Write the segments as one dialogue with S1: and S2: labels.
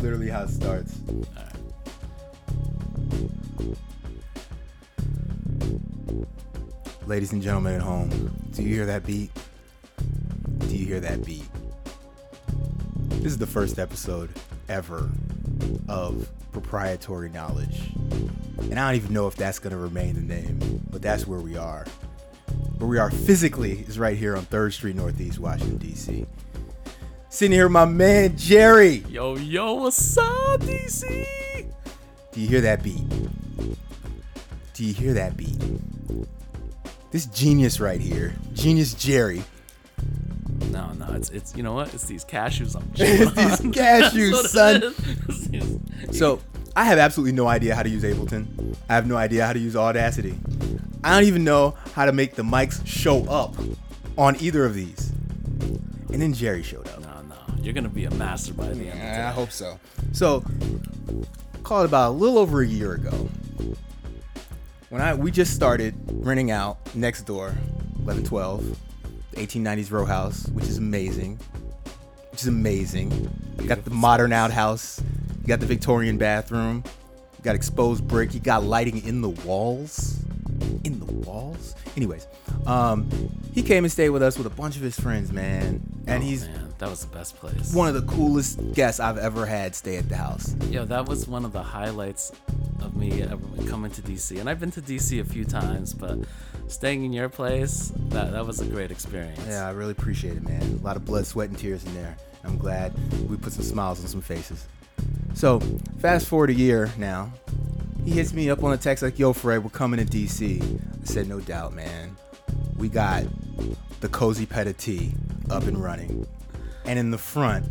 S1: literally how it starts. Ladies and gentlemen at home, do you hear that beat? Do you hear that beat? This is the first episode ever of Proprietary Knowledge. And I don't even know if that's going to remain the name, but that's where we are. Where we are physically is right here on 3rd Street Northeast, Washington, D.C. Sitting here, with my man Jerry.
S2: Yo, yo, what's up, DC?
S1: Do you hear that beat? Do you hear that beat? This genius right here, genius Jerry.
S2: No, no, it's it's you know what? It's these cashews I'm chewing.
S1: It's these
S2: on.
S1: cashews,
S2: That's
S1: son.
S2: what it is. It's these-
S1: So, I have absolutely no idea how to use Ableton. I have no idea how to use Audacity. I don't even know how to make the mics show up on either of these. And then Jerry showed up.
S2: no, no, you're gonna be a master by the end.
S1: I hope so. So, call it about a little over a year ago. When I we just started renting out next door, 1112, the 1890s row house, which is amazing. Which is amazing. You got the modern outhouse. You got the Victorian bathroom. You got exposed brick. You got lighting in the walls. In the walls. Anyways, um, he came and stayed with us with a bunch of his friends, man. And
S2: Oh,
S1: he's
S2: man, that was the best place.
S1: one of the coolest guests I've ever had stay at the house.
S2: Yo, that was one of the highlights of me ever coming to DC. And I've been to DC a few times, but staying in your place, that, that was a great experience.
S1: Yeah, I really appreciate it, man. A lot of blood, sweat, and tears in there. I'm glad we put some smiles on some faces. So, fast forward a year now, he hits me up on a text like, "Yo, Fred, we're coming to DC." I said, "No doubt, man. We got the cozy petit tea up and running, and in the front,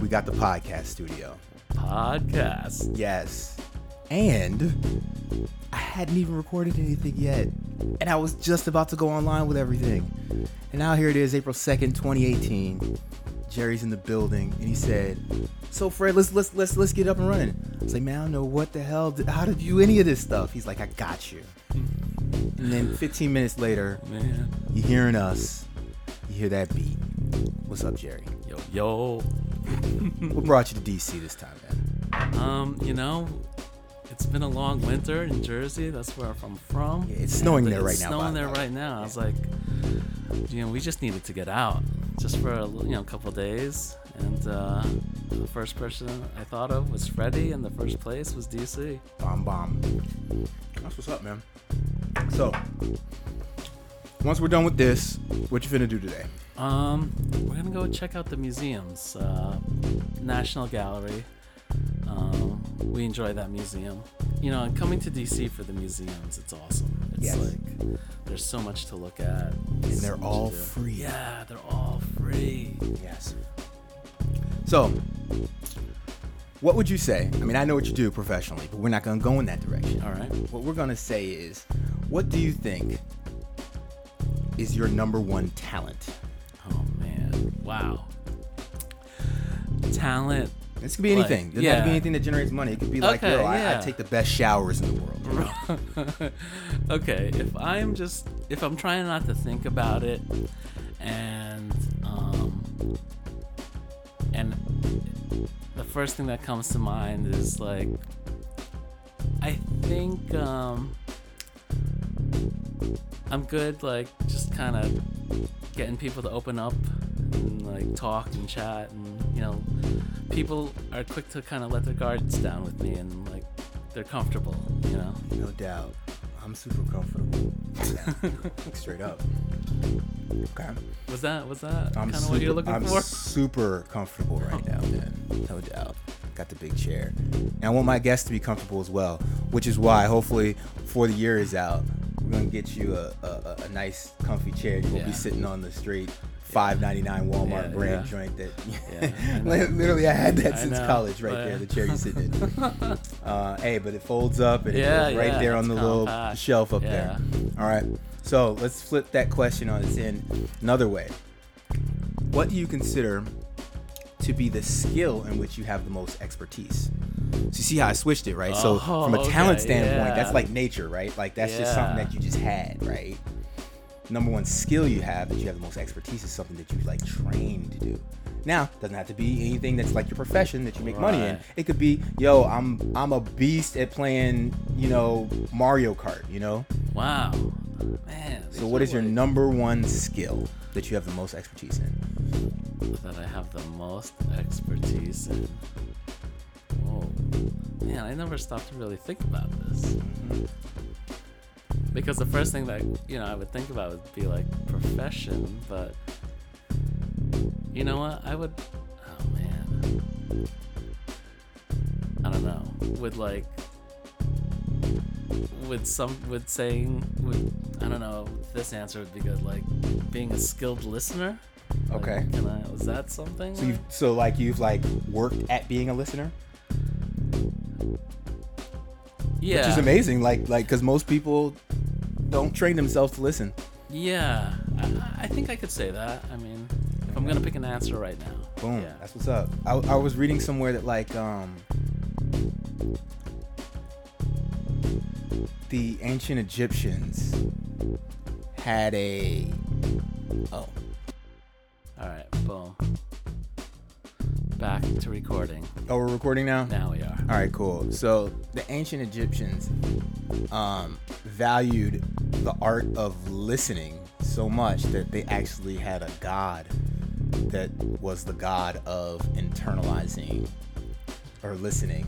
S1: we got the podcast studio."
S2: Podcast.
S1: Yes. And I hadn't even recorded anything yet. And I was just about to go online with everything. And now here it is, April 2nd, 2018. Jerry's in the building and he said, So Fred, let's let's let's let's get up and running. I was like, man, I don't know what the hell did, how did you do any of this stuff? He's like, I got you. And then 15 minutes later,
S2: Man.
S1: you hearing us. You hear that beat. What's up, Jerry?
S2: Yo, yo.
S1: What brought you to DC this time, man?
S2: Um, you know, it's been a long winter in Jersey. That's where I'm from.
S1: Yeah, it's snowing
S2: And
S1: there right now,
S2: It's
S1: by
S2: snowing
S1: the
S2: there
S1: way.
S2: right now. I was like, you know, we just needed to get out just for a l- you know couple days. And uh, the first person I thought of was Freddie, and the first place was DC.
S1: Bomb bomb. That's what's up, man. So, once we're done with this, what you finna do today?
S2: Um, we're gonna go check out the museums. Uh, National Gallery. Um, we enjoy that museum. You know, and coming to DC for the museums, it's awesome. It's
S1: Yes.
S2: like there's so much to look at,
S1: And they're all free.
S2: Yeah, they're all free.
S1: Yes. So, what would you say? I mean, I know what you do professionally, but we're not gonna go in that direction.
S2: All right.
S1: What we're gonna say is, what do you think is your number one talent?
S2: Oh man, wow. Talent.
S1: This could be
S2: Like,
S1: anything. This could be
S2: yeah.
S1: anything that generates money. It could be like,
S2: Okay,
S1: yo, I, I
S2: yeah.
S1: take the best showers in the world.
S2: okay, if I'm just if I'm trying not to think about it, and um, and the first thing that comes to mind is like, I think um, I'm good like just kind of getting people to open up and like talk and chat and you know people are quick to kind of let their guards down with me and like they're comfortable you know
S1: No doubt. I'm super comfortable. Straight up. Okay.
S2: was that was that
S1: I'm
S2: kind of
S1: super,
S2: what you're looking
S1: I'm
S2: for
S1: super comfortable right now, man. No doubt. Got the big chair. And I want my guests to be comfortable as well, which is why hopefully before the year is out, we're gonna get you a, a, a- a nice comfy chair. You won't be
S2: Yeah.
S1: sitting on the street. Five ninety nine Walmart
S2: Yeah,
S1: brand
S2: yeah.
S1: joint that
S2: Yeah, I know.
S1: literally I had that
S2: I
S1: since
S2: know,
S1: college right
S2: but-
S1: there, the chair you sit in. Uh, hey, but it folds up and
S2: Yeah,
S1: it goes right
S2: yeah,
S1: there on
S2: it's
S1: the little
S2: compact.
S1: shelf up
S2: Yeah.
S1: there. All right. So let's flip that question on its end another way. What do you consider to be the skill in which you have the most expertise? So you see how I switched it, right? so
S2: Oh,
S1: from a talent
S2: okay,
S1: standpoint, that's
S2: yeah.
S1: like nature, right? Like that's just something
S2: Yeah.
S1: that you just had, right? Number one skill you have that you have the most expertise is something that you like trained to do. Now, doesn't have to be anything that's like your profession that you make money in.
S2: Right.
S1: It could be, yo, I'm I'm a beast at playing, you know, Mario Kart, you know?
S2: Wow, man.
S1: So what is your number one skill that you have the most expertise in?
S2: that I have the most expertise in? Whoa, man! I never stopped to really think about this because the first thing that you know I would think about would be like profession, but you know what? I would. Oh man, I don't know. With like, with some, with saying, with I don't know. This answer would be good. Like being a skilled listener. Like,
S1: Okay.
S2: Can I, was that something?
S1: So you so like you've like worked at being a listener?
S2: yeah.
S1: Which is amazing, like like cause most people don't train themselves to listen.
S2: Yeah. I, I think I could say that. I mean, if I'm gonna pick an answer right now.
S1: Boom.
S2: Yeah.
S1: That's what's up. I, I was reading somewhere that like um the ancient Egyptians had a oh
S2: All right. Boom. Back to recording.
S1: oh we're recording now.
S2: Now we are.
S1: All right, cool. So the ancient Egyptians um, valued the art of listening so much that they actually had a god that was the god of internalizing or listening.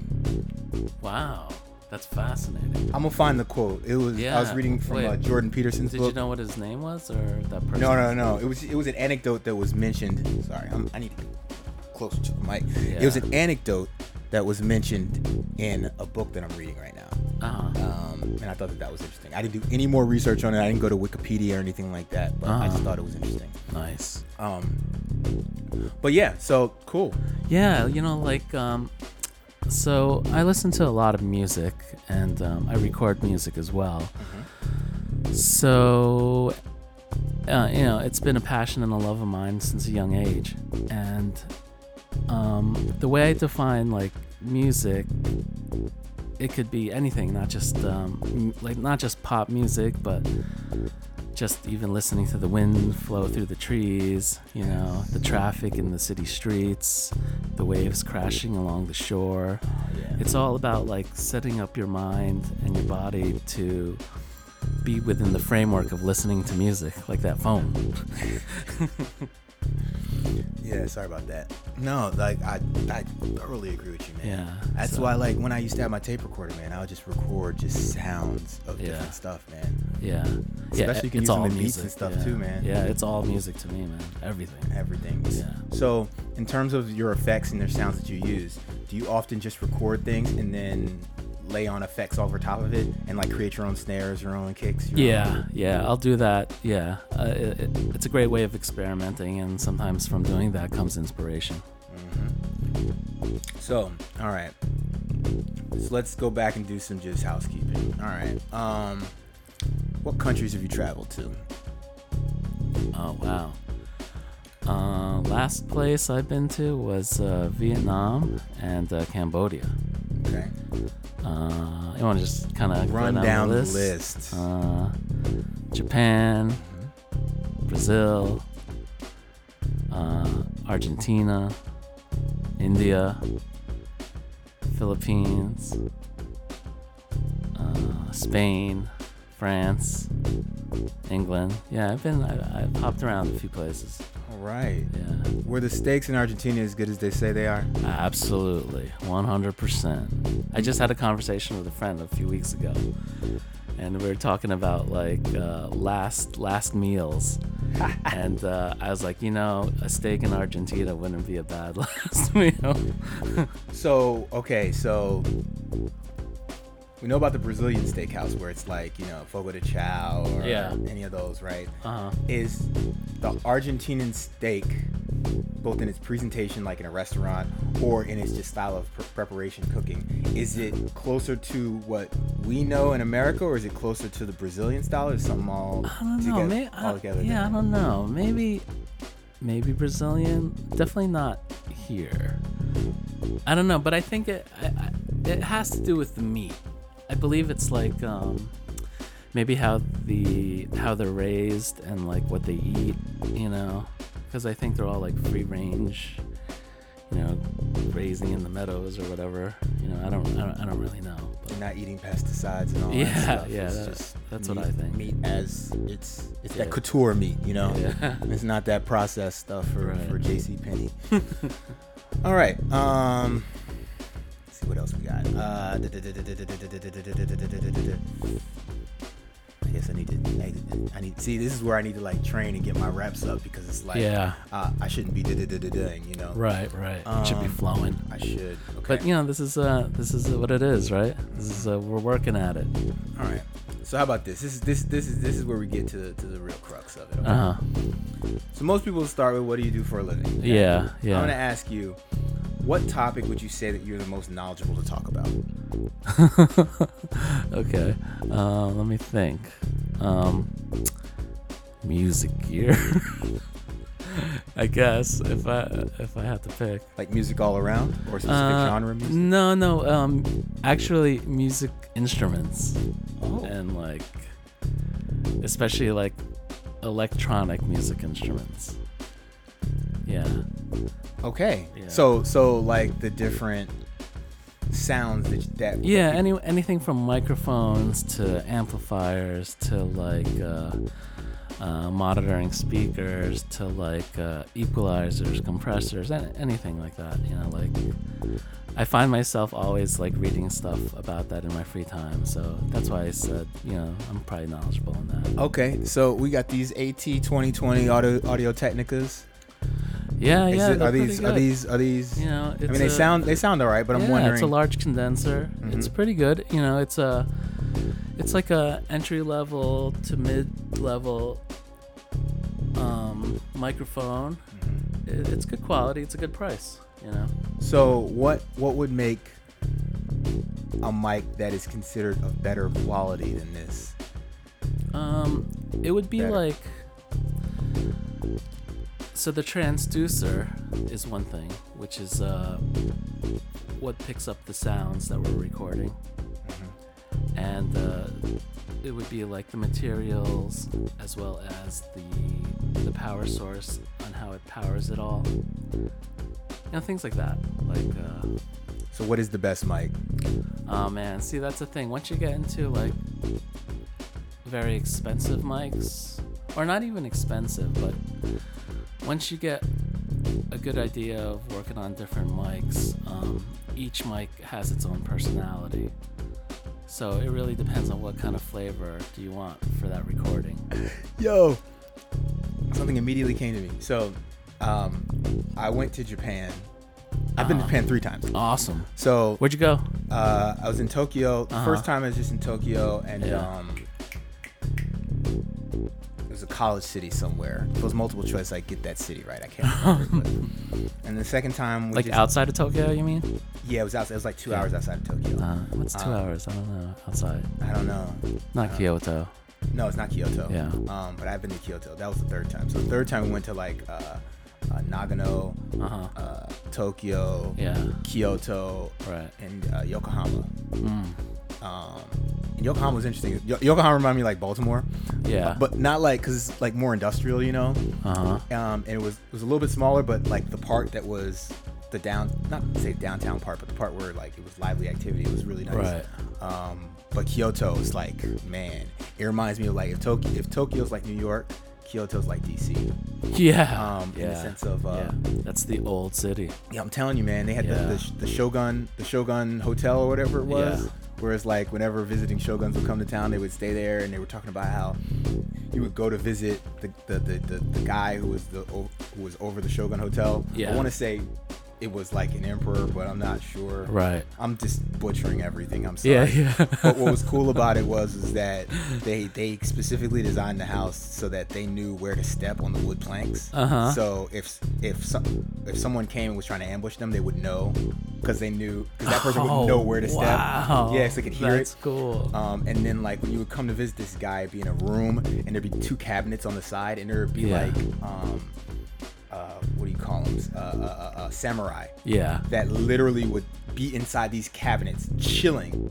S2: Wow, that's fascinating.
S1: I'm gonna find the quote. It was I was
S2: Yeah,
S1: reading from
S2: wait.
S1: uh, Jordan Peterson's
S2: Did
S1: book.
S2: you know what his name was or that person?
S1: No, no, no. It was it was an anecdote that was mentioned. Sorry, I'm, I need to get closer to the mic. It was
S2: Yeah.
S1: an anecdote that was mentioned in a book that I'm reading right now.
S2: Uh-huh.
S1: Um, and I thought that that was interesting. I didn't do any more research on it. I didn't go to Wikipedia or anything like that, but I just
S2: Uh-huh.
S1: thought it was interesting.
S2: Nice.
S1: Um, but yeah, so cool.
S2: Yeah, you know, like, um, so I listen to a lot of music and um, I record music as well. So, uh, you know, it's been a passion and a love of mine since a young age. And um, the way I define, like, music, it could be anything, not just, um, m- like, not just pop music, but just even listening to the wind flow through the trees, you know, the traffic in the city streets, the waves crashing along the shore. It's all about like setting up your mind and your body to be within the framework of listening to music, like that phone.
S1: Yeah, sorry about that. No, like I, I thoroughly agree with you, man.
S2: Yeah.
S1: That's
S2: so-
S1: why, like, when I used to have my tape recorder, man, I would just record just sounds of
S2: Yeah.
S1: different stuff, man.
S2: Yeah. yeah,
S1: Especially you can use
S2: it's
S1: them
S2: all
S1: in beats
S2: music
S1: and stuff
S2: yeah.
S1: too, man.
S2: Yeah, it's all music to me, man. Everything.
S1: Everything.
S2: Yeah.
S1: So, in terms of your effects and their sounds that you use, do you often just record things and then lay on effects over top of it and like create your own snares, your own kicks? Your
S2: Yeah, yeah, I'll do that. Yeah, uh, it, it, it's a great way of experimenting, and sometimes from doing that comes inspiration.
S1: own- Mm-hmm. So, all right. So let's go back and do some just housekeeping. All right. Um, what countries have you traveled to?
S2: Oh wow. Uh, last place I've been to was uh, Vietnam and uh, Cambodia.
S1: Okay.
S2: Uh, you want to just kind of
S1: Run
S2: go
S1: down
S2: down, the
S1: the
S2: list?
S1: list.
S2: Uh, Japan, Brazil, uh, Argentina, India, Philippines, uh, Spain, France, England. Yeah, I've been. I, I've hopped around a few places.
S1: All right.
S2: Yeah.
S1: Were the steaks in Argentina as good as they say they are?
S2: Absolutely, 100%. I just had a conversation with a friend a few weeks ago, and we were talking about like uh, last last meals, and uh, I was like, you know, a steak in Argentina wouldn't be a bad last meal.
S1: So, okay, so we know about the Brazilian steakhouse where it's like, you know, Fogo de Chao or
S2: Yeah.
S1: any of those, right?
S2: Uh huh.
S1: Is the Argentinian steak, both in its presentation, like in a restaurant, or in its just style of pre- preparation cooking, is it closer to what we know in America, or is it closer to the Brazilian style, or is something all
S2: I don't know.
S1: together?
S2: Maybe, I,
S1: all together
S2: yeah, I
S1: different?
S2: don't know. Maybe, maybe Brazilian. Definitely not here. I don't know, but I think it I, I, it has to do with the meat. I believe it's like um, maybe how the how they're raised and like what they eat. You know, because I think they're all like free range you know, grazing in the meadows or whatever. You know, I don't, I don't, I don't really know. But
S1: You're not eating pesticides and all that
S2: Yeah,
S1: stuff.
S2: yeah,
S1: It's
S2: that-
S1: just
S2: that's
S1: meat,
S2: what I think.
S1: Meat as it's it's
S2: Yeah.
S1: that couture meat, you know.
S2: Yeah.
S1: it's not that processed stuff for
S2: Right.
S1: for JC Penney. all right. Um. Let's see what else we got. Uh, I guess I need to. I- I need. See, this is where I need to like train and get my reps up because it's like,
S2: Yeah.
S1: uh, I shouldn't be da da da da you know.
S2: right, right. it should be
S1: Um,
S2: flowing.
S1: I should. Okay.
S2: But you know, this is uh, this is what it is, right? This is uh, we're working at it.
S1: All right. So how about this? This is this this is this is where we get to to the real crux of it. okay?
S2: Uh huh.
S1: So most people start with what do you do for a living? okay?
S2: Yeah,
S1: I'm gonna
S2: yeah.
S1: ask you, what topic would you say that you're the most knowledgeable to talk about?
S2: okay. Uh, let me think. Um, music gear. I guess if I if I had to pick.
S1: Like music all around, or a specific
S2: Uh,
S1: genre of music?
S2: No, no. Um, actually, music instruments
S1: Oh.
S2: and like, especially like electronic music instruments. Yeah.
S1: Oh, Okay.
S2: Yeah.
S1: So so like the different sounds that that
S2: Yeah. Any anything from microphones to amplifiers to like. Uh, uh, monitoring speakers to like uh, equalizers, compressors, an- anything like that. You know, like I find myself always like reading stuff about that in my free time. So that's why I said, you know, I'm probably knowledgeable in that.
S1: Okay, so we got these AT 2020 Audio Audio Technicas.
S2: Yeah,
S1: Is
S2: Oh, yeah.
S1: it-
S2: they're
S1: are these
S2: pretty
S1: are
S2: good.
S1: these are these?
S2: You know,
S1: I
S2: it's
S1: mean, they
S2: a-
S1: sound they sound all right, but I'm
S2: yeah,
S1: wondering.
S2: It's a large condenser. It's
S1: Mhm.
S2: pretty good. You know, it's a it's like a entry level to mid level um, microphone.
S1: Mhm.
S2: It, it's good quality. It's a good price. You know.
S1: So what what would make a mic that is considered of better quality than this?
S2: Um, it would be
S1: Better.
S2: like. So the transducer is one thing, which is uh, what picks up the sounds that we're recording,
S1: Mm-hmm.
S2: and uh, it would be like the materials as well as the the power source on how it powers it all. You know things like that. Like, uh,
S1: So what is the best mic?
S2: oh man, see that's the thing. Once you get into like very expensive mics, or not even expensive, but once you get a good idea of working on different mics, um, each mic has its own personality. So it really depends on what kind of flavor do you want for that recording.
S1: Yo, something immediately came to me. So um, I went to Japan. I've been to
S2: Uh-huh.
S1: Japan three times.
S2: Awesome.
S1: So
S2: Where'd you go?
S1: uh, I was in Tokyo. The
S2: Uh-huh.
S1: First time I was just in Tokyo, and
S2: Yeah.
S1: um, it was a college city somewhere. If it was multiple choice, I get that city right. I can't remember. but- and the second time, we
S2: Like
S1: just,
S2: outside of Tokyo, you mean?
S1: Yeah, it was outside. It was like two
S2: Yeah.
S1: hours outside of Tokyo.
S2: Uh, what's two
S1: Uh,
S2: hours? I don't know. Outside. Uh,
S1: I don't know.
S2: Not Kyoto.
S1: No, it's not Kyoto.
S2: Yeah.
S1: Um, but I've been to Kyoto. That was the third time. So the third time we went to like uh, uh, Nagano,
S2: Uh huh.
S1: uh, Tokyo,
S2: Yeah.
S1: Kyoto,
S2: Right.
S1: and uh, Yokohama.
S2: Mm.
S1: Um, and Yokohama was interesting. Yo- Yokohama reminded me like Baltimore,
S2: Yeah.
S1: but not like because it's like more industrial, you know.
S2: Uh huh.
S1: Um, and it was it was a little bit smaller, but like the part that was the down not say downtown part, but the part where like it was lively activity was really nice.
S2: Right.
S1: Um, but Kyoto is like, man, it reminds me of like if Tokyo, if Tokyo's like New York, Kyoto's like DC.
S2: Yeah.
S1: Um,
S2: yeah.
S1: in the sense of, uh,
S2: yeah. That's the old city.
S1: yeah, I'm telling you, man, they had the,
S2: Yeah.
S1: the, sh- the Shogun, the Shogun Hotel or whatever it was.
S2: Yeah.
S1: Whereas like whenever visiting shoguns would come to town, they would stay there, and they were talking about how you would go to visit the the, the, the, the guy who was the o- who was over the Shogun Hotel. I
S2: Yeah.
S1: want to say it was like an emperor, but I'm not sure.
S2: Right.
S1: I'm just butchering everything. I'm sorry.
S2: Yeah. Yeah.
S1: but what was cool about it was is that they they specifically designed the house so that they knew where to step on the wood planks.
S2: Uh-huh.
S1: So if if some, if someone came and was trying to ambush them, they would know because they knew because that person
S2: Oh,
S1: would know where to step.
S2: Wow.
S1: Yeah, 'cause they could hear
S2: That's
S1: it.
S2: cool.
S1: Um, and then like when you would come to visit this guy, it'd be in a room and there'd be two cabinets on the side and there'd be
S2: Yeah.
S1: like um, uh, what do you call them? Uh, uh, uh, uh, samurai
S2: yeah.
S1: that literally would be inside these cabinets, chilling,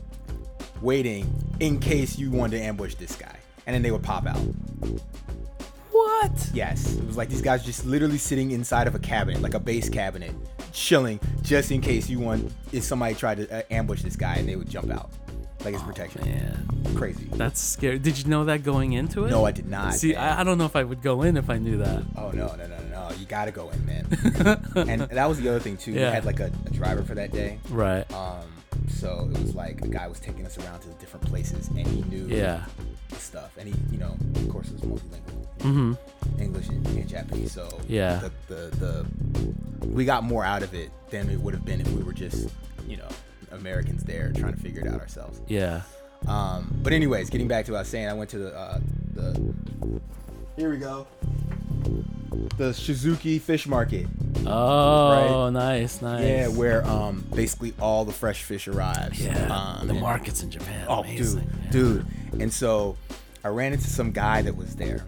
S1: waiting in case you wanted to ambush this guy. And then they would pop out.
S2: What?
S1: Yes. It was like these guys just literally sitting inside of a cabinet, like a base cabinet, shilling just in case you want if somebody tried to uh, ambush this guy and they would jump out like it's protection.
S2: Oh, Man,
S1: Crazy.
S2: that's scary. Did you know that going into it?
S1: No, I did not.
S2: See,
S1: man.
S2: I, I don't know if I would go in if I knew that.
S1: Oh no, no, no, no, no! You gotta go in, man. and that was the other thing too.
S2: Yeah.
S1: We had like a, a driver for that day,
S2: Right.
S1: um, so it was like a guy was taking us around to different places, and he knew
S2: Yeah.
S1: the stuff, and he, you know, of course, it was multilingual,
S2: Mm-hmm.
S1: English and, and Japanese. So
S2: Yeah.
S1: the, the the we got more out of it than it would have been if we were just, you know, Americans there trying to figure it out ourselves.
S2: Yeah.
S1: Um, but anyways, getting back to what I was saying, I went to the, uh, the here we go, the Shizuki Fish Market.
S2: Oh, nice, nice.
S1: Yeah, where um basically all the fresh fish arrives.
S2: Yeah.
S1: um,
S2: the
S1: and-
S2: markets in Japan.
S1: Oh,
S2: amazing. yeah.
S1: dude, dude. And so I ran into some guy that was there.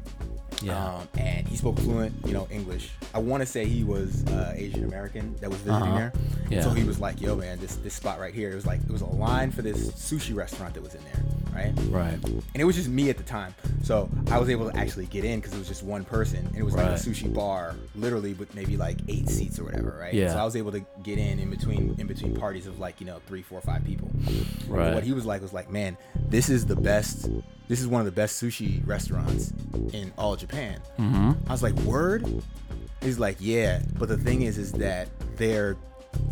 S2: Yeah.
S1: Um, and he spoke fluent, you know, English. I want to say he was uh, Asian American that was visiting
S2: Uh-huh.
S1: there. And So
S2: Yeah.
S1: he was like, "Yo, man, this this spot right here. It was like it was a line for this sushi restaurant that was in there, right?
S2: right.
S1: and it was just me at the time. So I was able to actually get in because it was just one person, and it was like
S2: Right.
S1: a sushi bar, literally with maybe like eight seats or whatever, right?
S2: Yeah.
S1: So I was able to get in in between in between parties of like you know three, four, five people. And
S2: Right.
S1: what he was like was like, man, this is the best. This is one of the best sushi restaurants in all Japan.
S2: Mm-hmm.
S1: I was like, word? He's like, yeah. But the thing is, is that they're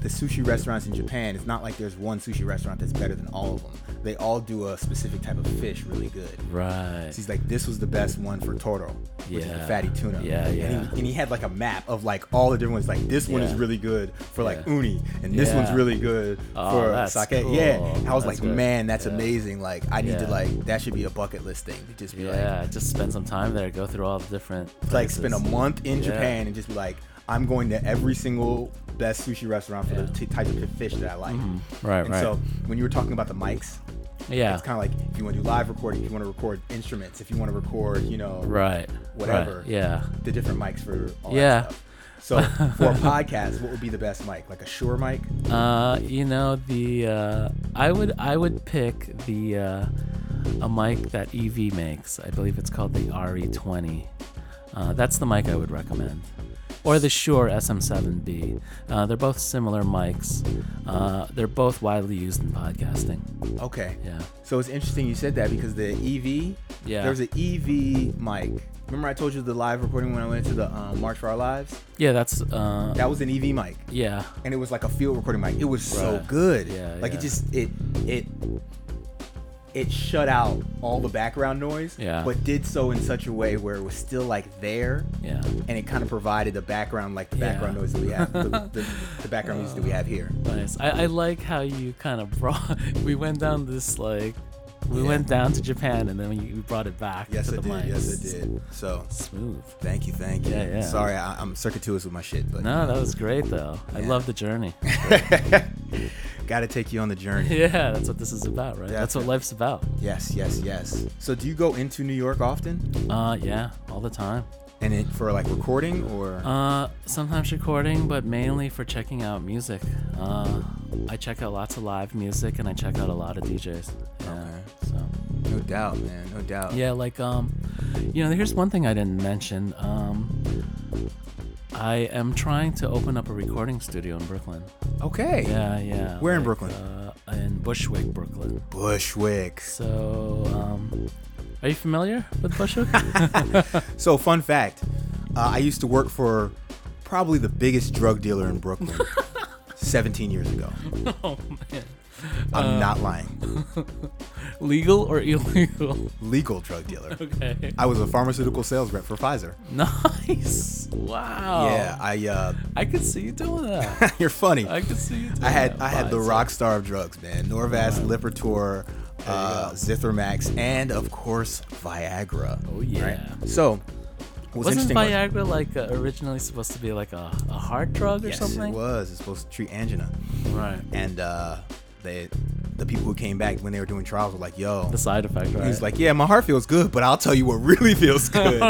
S1: the sushi restaurants in Japan. It's not like there's one sushi restaurant that's better than all of them. They all do a specific type of fish really good.
S2: Right.
S1: So he's like, this was the best one for Toro, which is
S2: Yeah.
S1: the fatty tuna.
S2: Yeah,
S1: and
S2: yeah.
S1: He, and he had like a map of like all the different ones. Like this one is
S2: Yeah.
S1: really good for like
S2: Yeah.
S1: uni, and this one's
S2: Yeah.
S1: really good
S2: Oh,
S1: for
S2: that's
S1: sake. Yeah.
S2: cool.
S1: I was
S2: That's
S1: like,
S2: good.
S1: man, that's
S2: Yeah.
S1: amazing. Like I need to
S2: Yeah.
S1: like that should be a bucket list thing to just be like,
S2: Yeah, just spend some time there. Go through all the different.
S1: like
S2: places.
S1: spend a month in Japan and just be like, I'm going to every single best sushi restaurant for the
S2: Yeah.
S1: t- type of fish that I like.
S2: Right,
S1: And
S2: right.
S1: so when you were talking about the mics,
S2: yeah.
S1: it's kind of like if you want to do live recording, if you want to record instruments, if you want to record, you know,
S2: right.
S1: whatever.
S2: Right. Yeah.
S1: the different mics for all
S2: Yeah.
S1: that stuff. So for a podcast, what would be the best mic? Like a Shure mic?
S2: Uh, you know the uh, I would I would pick the uh, a mic that EV makes. I believe it's called the RE20. Uh, that's the mic I would recommend, or the Shure SM7B. Uh, they're both similar mics. Uh, they're both widely used in podcasting.
S1: Okay.
S2: Yeah.
S1: So it's interesting you said that because the EV,
S2: Yeah.
S1: there's an EV mic. Remember I told you the live recording when I went to the um, March for Our Lives?
S2: Yeah. That's. Uh,
S1: That was an EV mic.
S2: yeah.
S1: and it was like a field recording mic. It was so
S2: Right.
S1: good.
S2: Yeah,
S1: like
S2: yeah.
S1: it just it it it shut out all the background noise.
S2: Yeah.
S1: But did so in such a way where it was still like there.
S2: Yeah.
S1: And it kind of provided the background, like the
S2: Yeah.
S1: background noise that we have, the, the, the background music that we have here.
S2: Nice. I, I like how you kind of brought. We went down this like. We
S1: Yeah.
S2: went down to Japan and then you you brought it back
S1: Yes,
S2: to
S1: it
S2: the
S1: did.
S2: mics.
S1: Yes, it did. So,
S2: Smooth.
S1: thank you, thank you.
S2: Yeah, yeah.
S1: Sorry, I, I'm circuitous with my shit, but
S2: No, that was great though. I
S1: Yeah.
S2: love the journey.
S1: gotta take you on the journey.
S2: yeah, that's what this is about, right? That's what
S1: Definitely.
S2: life's about.
S1: Yes, yes, yes. So, do you go into New York often,
S2: Uh, yeah, all the time.
S1: and it for like recording or?
S2: Uh, sometimes recording, but mainly for checking out music. Uh, I check out lots of live music and I check out a lot of DJs. Yeah.
S1: Okay.
S2: So.
S1: No doubt, man. No doubt.
S2: Yeah, like um, you know, here's one thing I didn't mention. Um, I am trying to open up a recording studio in Brooklyn.
S1: Okay.
S2: Yeah, yeah.
S1: Where in
S2: like,
S1: Brooklyn?
S2: Uh, in Bushwick, Brooklyn.
S1: Bushwick.
S2: So, um, are you familiar with Bushwick?
S1: So, fun fact uh, I used to work for probably the biggest drug dealer in Brooklyn 17 years ago.
S2: oh man,
S1: I'm
S2: Uh,
S1: not lying.
S2: legal or illegal?
S1: Legal drug dealer.
S2: okay.
S1: I was a pharmaceutical sales rep for Pfizer.
S2: Nice. Wow.
S1: Yeah, I. Uh,
S2: I could see you doing that.
S1: you're funny.
S2: I could see you. Doing
S1: I had
S2: that.
S1: I had the
S2: Fine, so-
S1: rock star of drugs, man. Norvasc, Lipitor, uh, Zithromax, and of course Viagra.
S2: Oh yeah.
S1: So, what's
S2: Wasn't
S1: interesting was-
S2: Viagra like uh, originally supposed to be like a, a heart drug or
S1: yes,
S2: something?
S1: it was. It's supposed to treat angina.
S2: Right.
S1: and uh, they, the people who came back when they were doing trials were like, "Yo,"
S2: The side effect, right?
S1: he was like, "Yeah, my heart feels good, but I'll tell you what really feels good.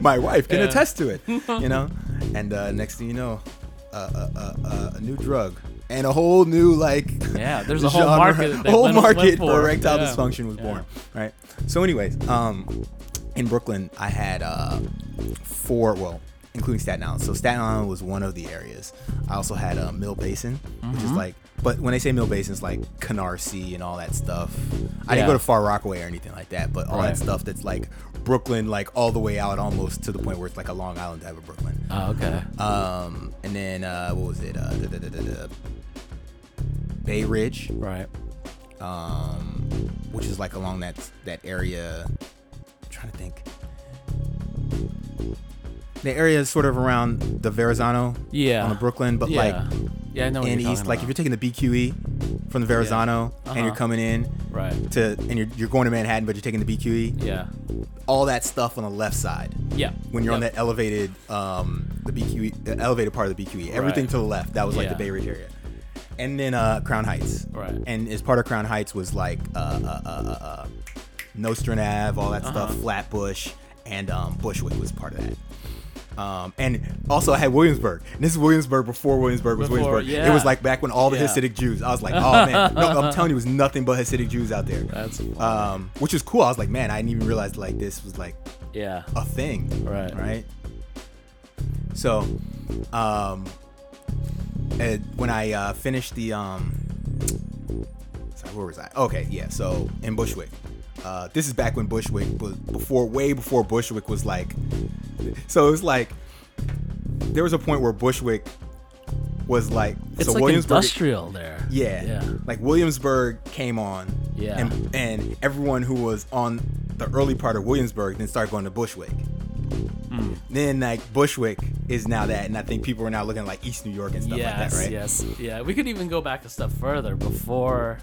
S1: my wife can
S2: Yeah.
S1: attest to it, you know." And uh, next thing you know, uh, uh, uh, uh, a new drug and a whole new like
S2: Yeah, there's a whole market that they
S1: whole
S2: went-
S1: market
S2: went
S1: for
S2: for.
S1: erectile
S2: Yeah.
S1: dysfunction was
S2: Yeah.
S1: born, right? So, anyways, um, in Brooklyn, I had uh, four, well, including Staten Island. So Staten Island was one of the areas. I also had a um, Mill Basin, which
S2: Mm-hmm.
S1: is like, but when they say Mill Basin, it's like Canarsie and all that stuff. I didn't
S2: Yeah.
S1: go to Far Rockaway or anything like that, but all
S2: Right.
S1: that stuff that's like Brooklyn, like all the way out almost to the point where it's like a Long Island type of Brooklyn.
S2: Oh, okay.
S1: Um, and then uh, what was it? Uh, da, da, da, da, da. Bay Ridge,
S2: Right.
S1: um, which is like along that that area. I'm trying to think. The area is sort of around the Verrazano
S2: Yeah.
S1: on the Brooklyn, but
S2: yeah.
S1: like
S2: yeah, I know what
S1: in
S2: you're
S1: East,
S2: talking
S1: like if you're
S2: about.
S1: taking the BQE from the Verrazano and you're
S2: Uh-huh.
S1: coming in
S2: right.
S1: to and you're, you're going to Manhattan, but you're taking the BQE,
S2: Yeah.
S1: all that stuff on the left side
S2: Yeah.
S1: when you're on
S2: Yep.
S1: that elevated um the BQE the elevated part of the BQE everything
S2: Right.
S1: to the left that was like the
S2: Yeah.
S1: Bay Ridge area and then uh Crown Heights
S2: Right.
S1: and as part of Crown Heights was like uh uh uh, uh, uh Nostrand Ave all that stuff
S2: Uh-huh.
S1: Flatbush and um Bushwick was part of that um, and also I had Williamsburg. And this is Williamsburg before Williamsburg was
S2: Before,
S1: Williamsburg. It
S2: yeah.
S1: was like back when all the
S2: Yeah.
S1: Hasidic Jews. I was like, oh man, no, I'm telling you, it was nothing but Hasidic Jews out there.
S2: That's funny.
S1: um, which was cool. I was like, man, I didn't even realize like this was like
S2: yeah.
S1: a thing
S2: Right.
S1: right? So, um, and when I uh, finished the um, sorry, where was I? Okay, yeah. So in Bushwick, uh, this is back when Bushwick was before, way before Bushwick was like. So it was like there was a point where Bushwick was like
S2: It's
S1: so
S2: like
S1: Williamsburg.
S2: industrial there.
S1: Yeah.
S2: Yeah.
S1: Like Williamsburg came on.
S2: Yeah.
S1: And, and everyone who was on the early part of Williamsburg then started going to Bushwick.
S2: Hmm.
S1: Then like Bushwick is now that, and I think people are now looking at, like East New York and stuff like
S2: yes,
S1: that, right?
S2: yes, yeah. We could even go back a step further before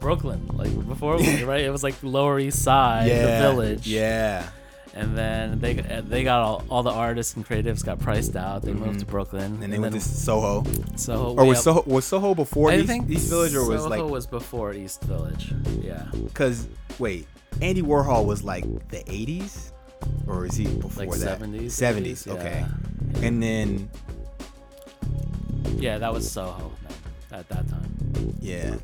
S2: Brooklyn, like before, right? It was like Lower East Side,
S1: Yeah.
S2: the Village,
S1: Yeah.
S2: And then they and they got all, all the artists and creatives got priced out. They moved to Brooklyn,
S1: Mm-hmm. And they went to Soho,
S2: Soho.
S1: or
S2: way
S1: was
S2: up-
S1: Soho was Soho before
S2: I
S1: East,
S2: think
S1: East Village, or was
S2: Soho
S1: like
S2: was before East Village. Yeah,
S1: because wait, Andy Warhol was like the '80s, or is he before
S2: like
S1: that?
S2: seventies.
S1: '70s, okay. And then
S2: Yeah, that was Soho then, at that time.
S1: yeah,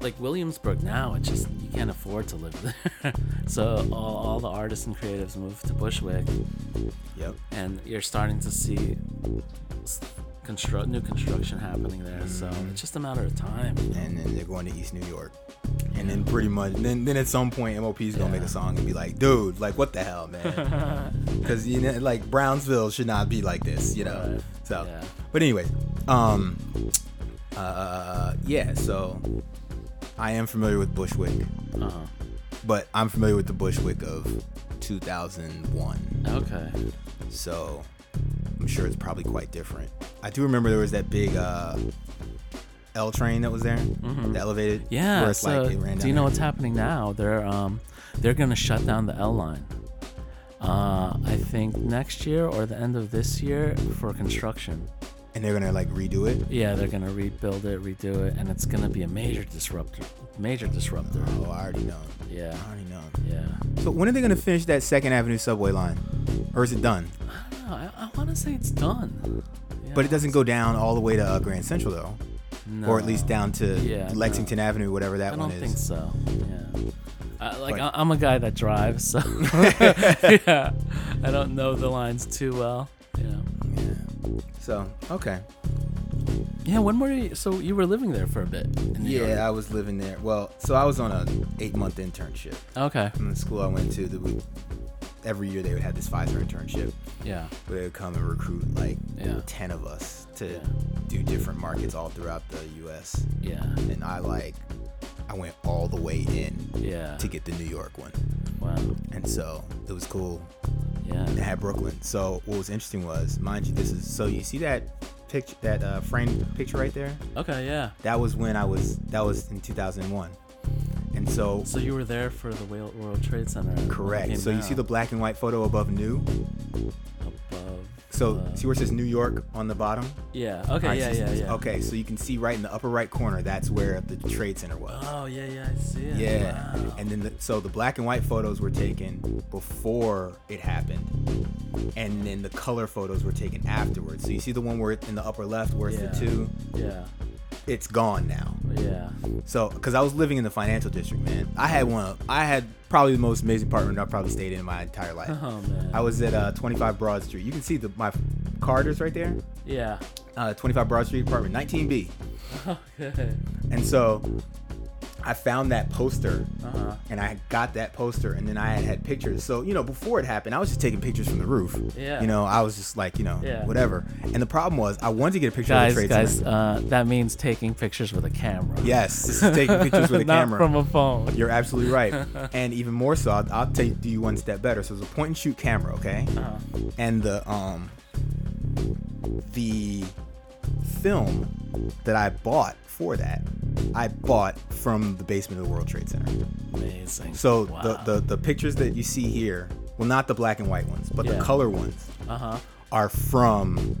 S2: like Williamsburg now, it's just you can't afford to live there. so all, all the artists and creatives moved to Bushwick,
S1: yep.
S2: and you're starting to see s- construct new construction happening there. So it's just a matter of time.
S1: and then they're going to East New York. And then pretty much, then then at some point, MOP's gonna make
S2: Yeah.
S1: a song and be like, "Dude, like what the hell, man?" Because you know, like Brownsville should not be like this, you know.
S2: Right.
S1: So,
S2: Yeah.
S1: but anyway, um, uh, yeah. So, I am familiar with Bushwick,
S2: Uh-huh.
S1: but I'm familiar with the Bushwick of 2001.
S2: Okay.
S1: So, I'm sure it's probably quite different. I do remember there was that big uh, L train that was there, the elevated.
S2: Mm-hmm. Yeah.
S1: where it's
S2: so
S1: like it ran
S2: do you
S1: down
S2: know
S1: there.
S2: what's happening now? They're um they're gonna shut down the L line. Uh, I think next year or the end of this year for construction.
S1: and they're gonna like redo it.
S2: Yeah, they're gonna rebuild it, redo it, and it's gonna be a major disruptor. Major disruptor.
S1: Oh, I already know.
S2: Yeah,
S1: I already know.
S2: yeah.
S1: So when are they gonna finish that Second Avenue subway line, or is it done?
S2: I don't know. I, I want to say it's done. Yeah,
S1: But it doesn't go down all the way to uh, Grand Central though,
S2: no,
S1: or at least down to
S2: Yeah, no.
S1: Lexington Avenue, whatever that
S2: I
S1: one
S2: don't
S1: is.
S2: think so. Yeah. I, like
S1: But-
S2: I, I'm a guy that drives, so yeah, I don't know the lines too well. Yeah.
S1: So okay.
S2: Yeah. When were you? So you were living there for a bit. In New
S1: Yeah,
S2: York.
S1: I was living there. Well, so I was on a eight month internship
S2: Okay.
S1: from the school I went to. That we, every year they would have this five year internship
S2: Yeah.
S1: where they would come and recruit like
S2: Yeah.
S1: ten of us to
S2: Yeah.
S1: do different markets all throughout the U.S.
S2: Yeah.
S1: And I like, I went all the way in
S2: Yeah.
S1: to get the New York one.
S2: Wow.
S1: And so it was cool.
S2: Yeah.
S1: It had Brooklyn. So what was interesting was, mind you, this is so you see that picture, that uh, framed picture right there.
S2: Okay. Yeah.
S1: That was when I was. That was in 2001. And so
S2: So you were there for the Wel- World Trade Center. when it
S1: correct.
S2: came
S1: So you
S2: down.
S1: see the black and white photo above new.
S2: above.
S1: So
S2: uh,
S1: see where it says New York on the bottom.
S2: yeah. Okay.
S1: Alright,
S2: yeah.
S1: so-
S2: Yeah. Yeah.
S1: Okay, so you can see right in the upper right corner. That's where the Trade Center was.
S2: Oh yeah, yeah, I see it.
S1: Yeah.
S2: Wow.
S1: And then the, so the black and white photos were taken before it happened. And then the color photos were taken afterwards. So you see the one where it- in the upper left where it's
S2: Yeah.
S1: the two,
S2: yeah,
S1: it's gone now.
S2: But yeah.
S1: So, because I was living in the financial district, man, I had one. Of, I had probably the most amazing apartment I've probably stayed in my entire life.
S2: Oh man.
S1: I was at uh, 25 Broad Street. You can see the my Carter's right there.
S2: yeah.
S1: Uh, 25 Broad Street apartment, 19B.
S2: Okay.
S1: And so, I found that poster,
S2: Uh huh.
S1: and I got that poster, and then I had had pictures. So you know, before it happened, I was just taking pictures from the roof.
S2: Yeah.
S1: You know, I was just like, you know,
S2: Yeah.
S1: whatever. And the problem was, I wanted to get a picture of
S2: Guys,
S1: the trade
S2: guys, uh, that means taking pictures with a camera.
S1: Yes, this is taking pictures with a
S2: Not
S1: camera.
S2: from a phone.
S1: You're absolutely right. and even more so, I'll, I'll take do you one step better. So it's a point and shoot camera, okay?
S2: Uh,
S1: And the um the film that I bought for that, I bought from the basement of the World Trade Center.
S2: amazing.
S1: So
S2: wow.
S1: the, the the pictures that you see here, well not the black and white ones, but
S2: Yeah.
S1: the color ones
S2: uh huh.
S1: are from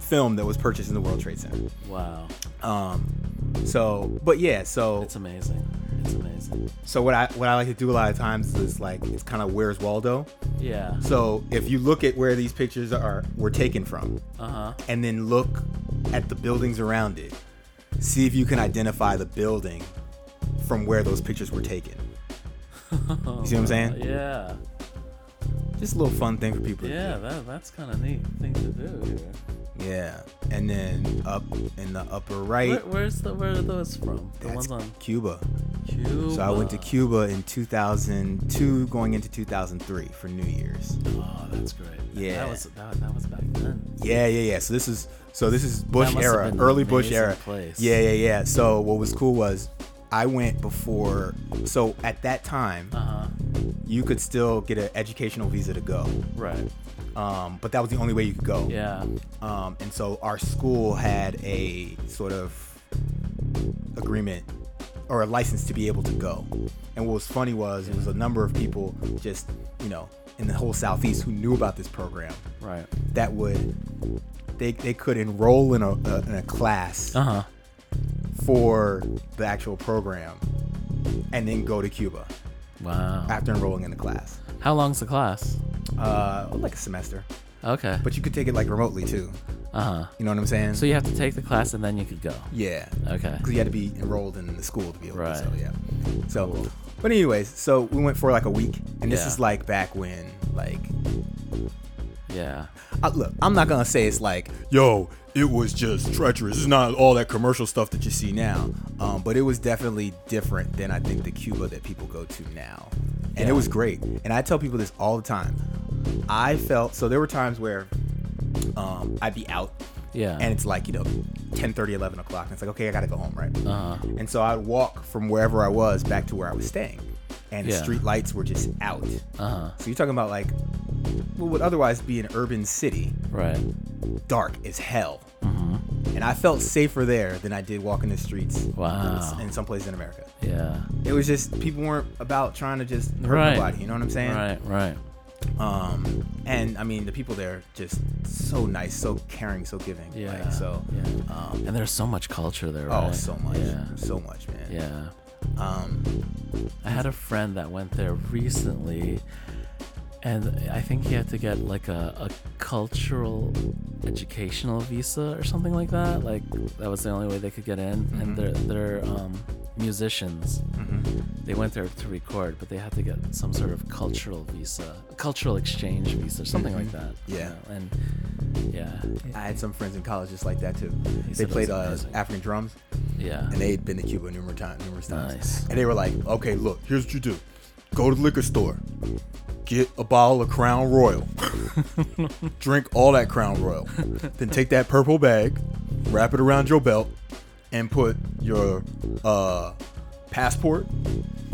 S1: film that was purchased in the World Trade Center.
S2: Wow.
S1: Um so but yeah, so
S2: It's amazing. It's amazing.
S1: So what I what I like to do a lot of times is like it's kind of where's Waldo.
S2: Yeah.
S1: So if you look at where these pictures are were taken from,
S2: Uh huh.
S1: and then look at the buildings around it, see if you can identify the building from where those pictures were taken. You see what I'm saying?
S2: Yeah.
S1: Just a little fun thing for people.
S2: Yeah,
S1: To
S2: that, that's kind of neat thing to do here.
S1: do. Yeah. And then up in the upper right,
S2: Where, where's the where are those from? The
S1: that's
S2: ones on
S1: Cuba.
S2: Cuba.
S1: So I went to Cuba in 2002, going into 2003 for New Year's.
S2: Oh, that's great.
S1: Yeah.
S2: that was that, that was back then.
S1: Yeah, yeah, yeah. So this is so this is Bush
S2: That must have
S1: era,
S2: been an
S1: early Bush
S2: amazing
S1: era.
S2: place.
S1: Yeah, yeah, yeah. So what was cool was I went before. So at that time,
S2: Uh huh.
S1: you could still get an educational visa to go,
S2: Right.
S1: um, but that was the only way you could go.
S2: Yeah.
S1: Um, and so our school had a sort of agreement or a license to be able to go. And what was funny was it was a number of people just you know in the whole southeast who knew about this program
S2: Right.
S1: that would they, they could enroll in a, a in a class
S2: Uh huh.
S1: for the actual program and then go to Cuba
S2: Wow.
S1: after enrolling in the class
S2: How long's the class?
S1: uh like a semester
S2: Okay.
S1: but you could take it like remotely too
S2: Uh huh.
S1: you know what I'm saying
S2: So you have to take the class and then you could go.
S1: yeah
S2: Okay.
S1: because you had to be enrolled in the school to be able
S2: Right.
S1: to so yeah so but anyways so we went for like a week and this
S2: Yeah.
S1: is like back when like
S2: Yeah.
S1: I, look, I'm not gonna say it's like, yo, it was just treacherous. It's not all that commercial stuff that you see now, um, but it was definitely different than I think the Cuba that people go to now, and
S2: Yeah.
S1: it was great. And I tell people this all the time. I felt so. There were times where um, I'd be out,
S2: Yeah.
S1: and it's like you know, 10, 11 o'clock, and it's like, okay, I gotta go home, right?
S2: uh huh.
S1: And so I'd walk from wherever I was back to where I was staying, and the
S2: Yeah.
S1: street lights were just out.
S2: Uh huh.
S1: So you're talking about like what would otherwise be an urban city
S2: Right.
S1: dark as hell.
S2: Mm-hmm.
S1: And I felt safer there than I did walking the streets
S2: Wow.
S1: in some places in America.
S2: Yeah.
S1: It was just people weren't about trying to just hurt
S2: Right.
S1: nobody, you know what I'm saying?
S2: Right. Right.
S1: Um and I mean the people there just so nice, so caring, so giving.
S2: Yeah.
S1: Like so
S2: Yeah.
S1: um
S2: And there's so much culture there.
S1: Oh,
S2: right?
S1: so much.
S2: Yeah.
S1: So much, man.
S2: Yeah.
S1: Um
S2: I had a
S1: Mm-hmm.
S2: friend that went there recently, and I think he had to get like a, a cultural educational visa or something like that. Like that was the only way they could get in.
S1: Mm-hmm.
S2: And they're they're um, musicians. They went there to record, but they had to get some sort of cultural visa, cultural exchange visa, something like that.
S1: Mm-hmm.
S2: you
S1: Yeah.
S2: know, And yeah,
S1: I had some friends in college just like that too.
S2: said
S1: They
S2: it
S1: played
S2: was
S1: uh,
S2: amazing.
S1: African drums
S2: yeah,
S1: and they had been to Cuba numerous times numerous times.
S2: Nice.
S1: And they were like, Okay, look, here's what you do. Go to the liquor store, get a bottle of Crown Royal. drink all that Crown Royal. then take that purple bag, wrap it around your belt, and put your uh, passport,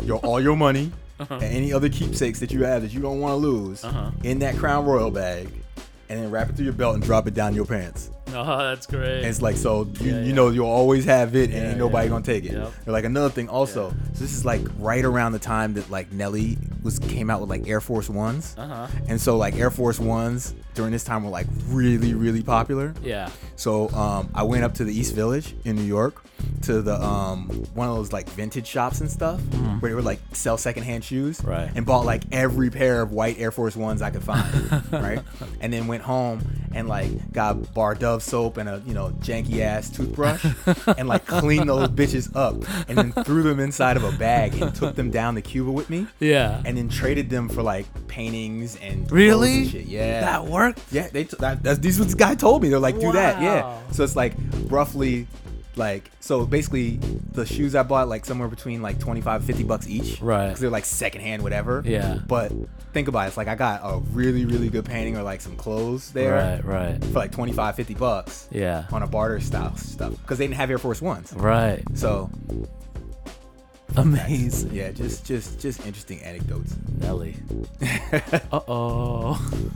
S1: your all your money, and any other keepsakes that you have that you don't want to lose
S2: Uh-huh.
S1: in that Crown Royal bag, and then wrap it through your belt and drop it down your pants.
S2: oh, that's great.
S1: And it's like so you,
S2: Yeah, yeah.
S1: you know you'll always have it and
S2: Yeah,
S1: ain't nobody
S2: yeah.
S1: gonna take it.
S2: Yep.
S1: They're like another thing also.
S2: Yeah.
S1: So this is like right around the time that like Nelly was came out with like Air Force Ones.
S2: uh huh.
S1: And so like Air Force Ones during this time were like really, really popular.
S2: Yeah.
S1: So um, I went up to the East Village in New York to the um one of those like vintage shops and stuff where they would like sell secondhand shoes
S2: Mm-hmm. Right.
S1: and bought like every pair of white Air Force Ones I could find, right? And then went home and like got bar Dove soap and a you know janky ass toothbrush and like cleaned those bitches up and then threw them inside of a bag and took them down to Cuba with me
S2: Yeah.
S1: and then traded them for like paintings and clothes
S2: Really?
S1: and shit. yeah
S2: That worked?
S1: yeah, they t- that, that's these what this guy told me. They're like, do that,
S2: Wow.
S1: yeah. So it's like roughly, like so basically, the shoes I bought like somewhere between like 25, 50 bucks each,
S2: Right.
S1: Because they're like secondhand, whatever.
S2: Yeah.
S1: But think about it. It's like I got a really, really good painting or like some clothes there
S2: Right, right.
S1: for like 25, 50 bucks
S2: Yeah.
S1: on a barter style stuff because they didn't have Air Force Ones.
S2: Right.
S1: So
S2: Amazing.
S1: yeah, just just just interesting anecdotes.
S2: Nelly. Uh oh.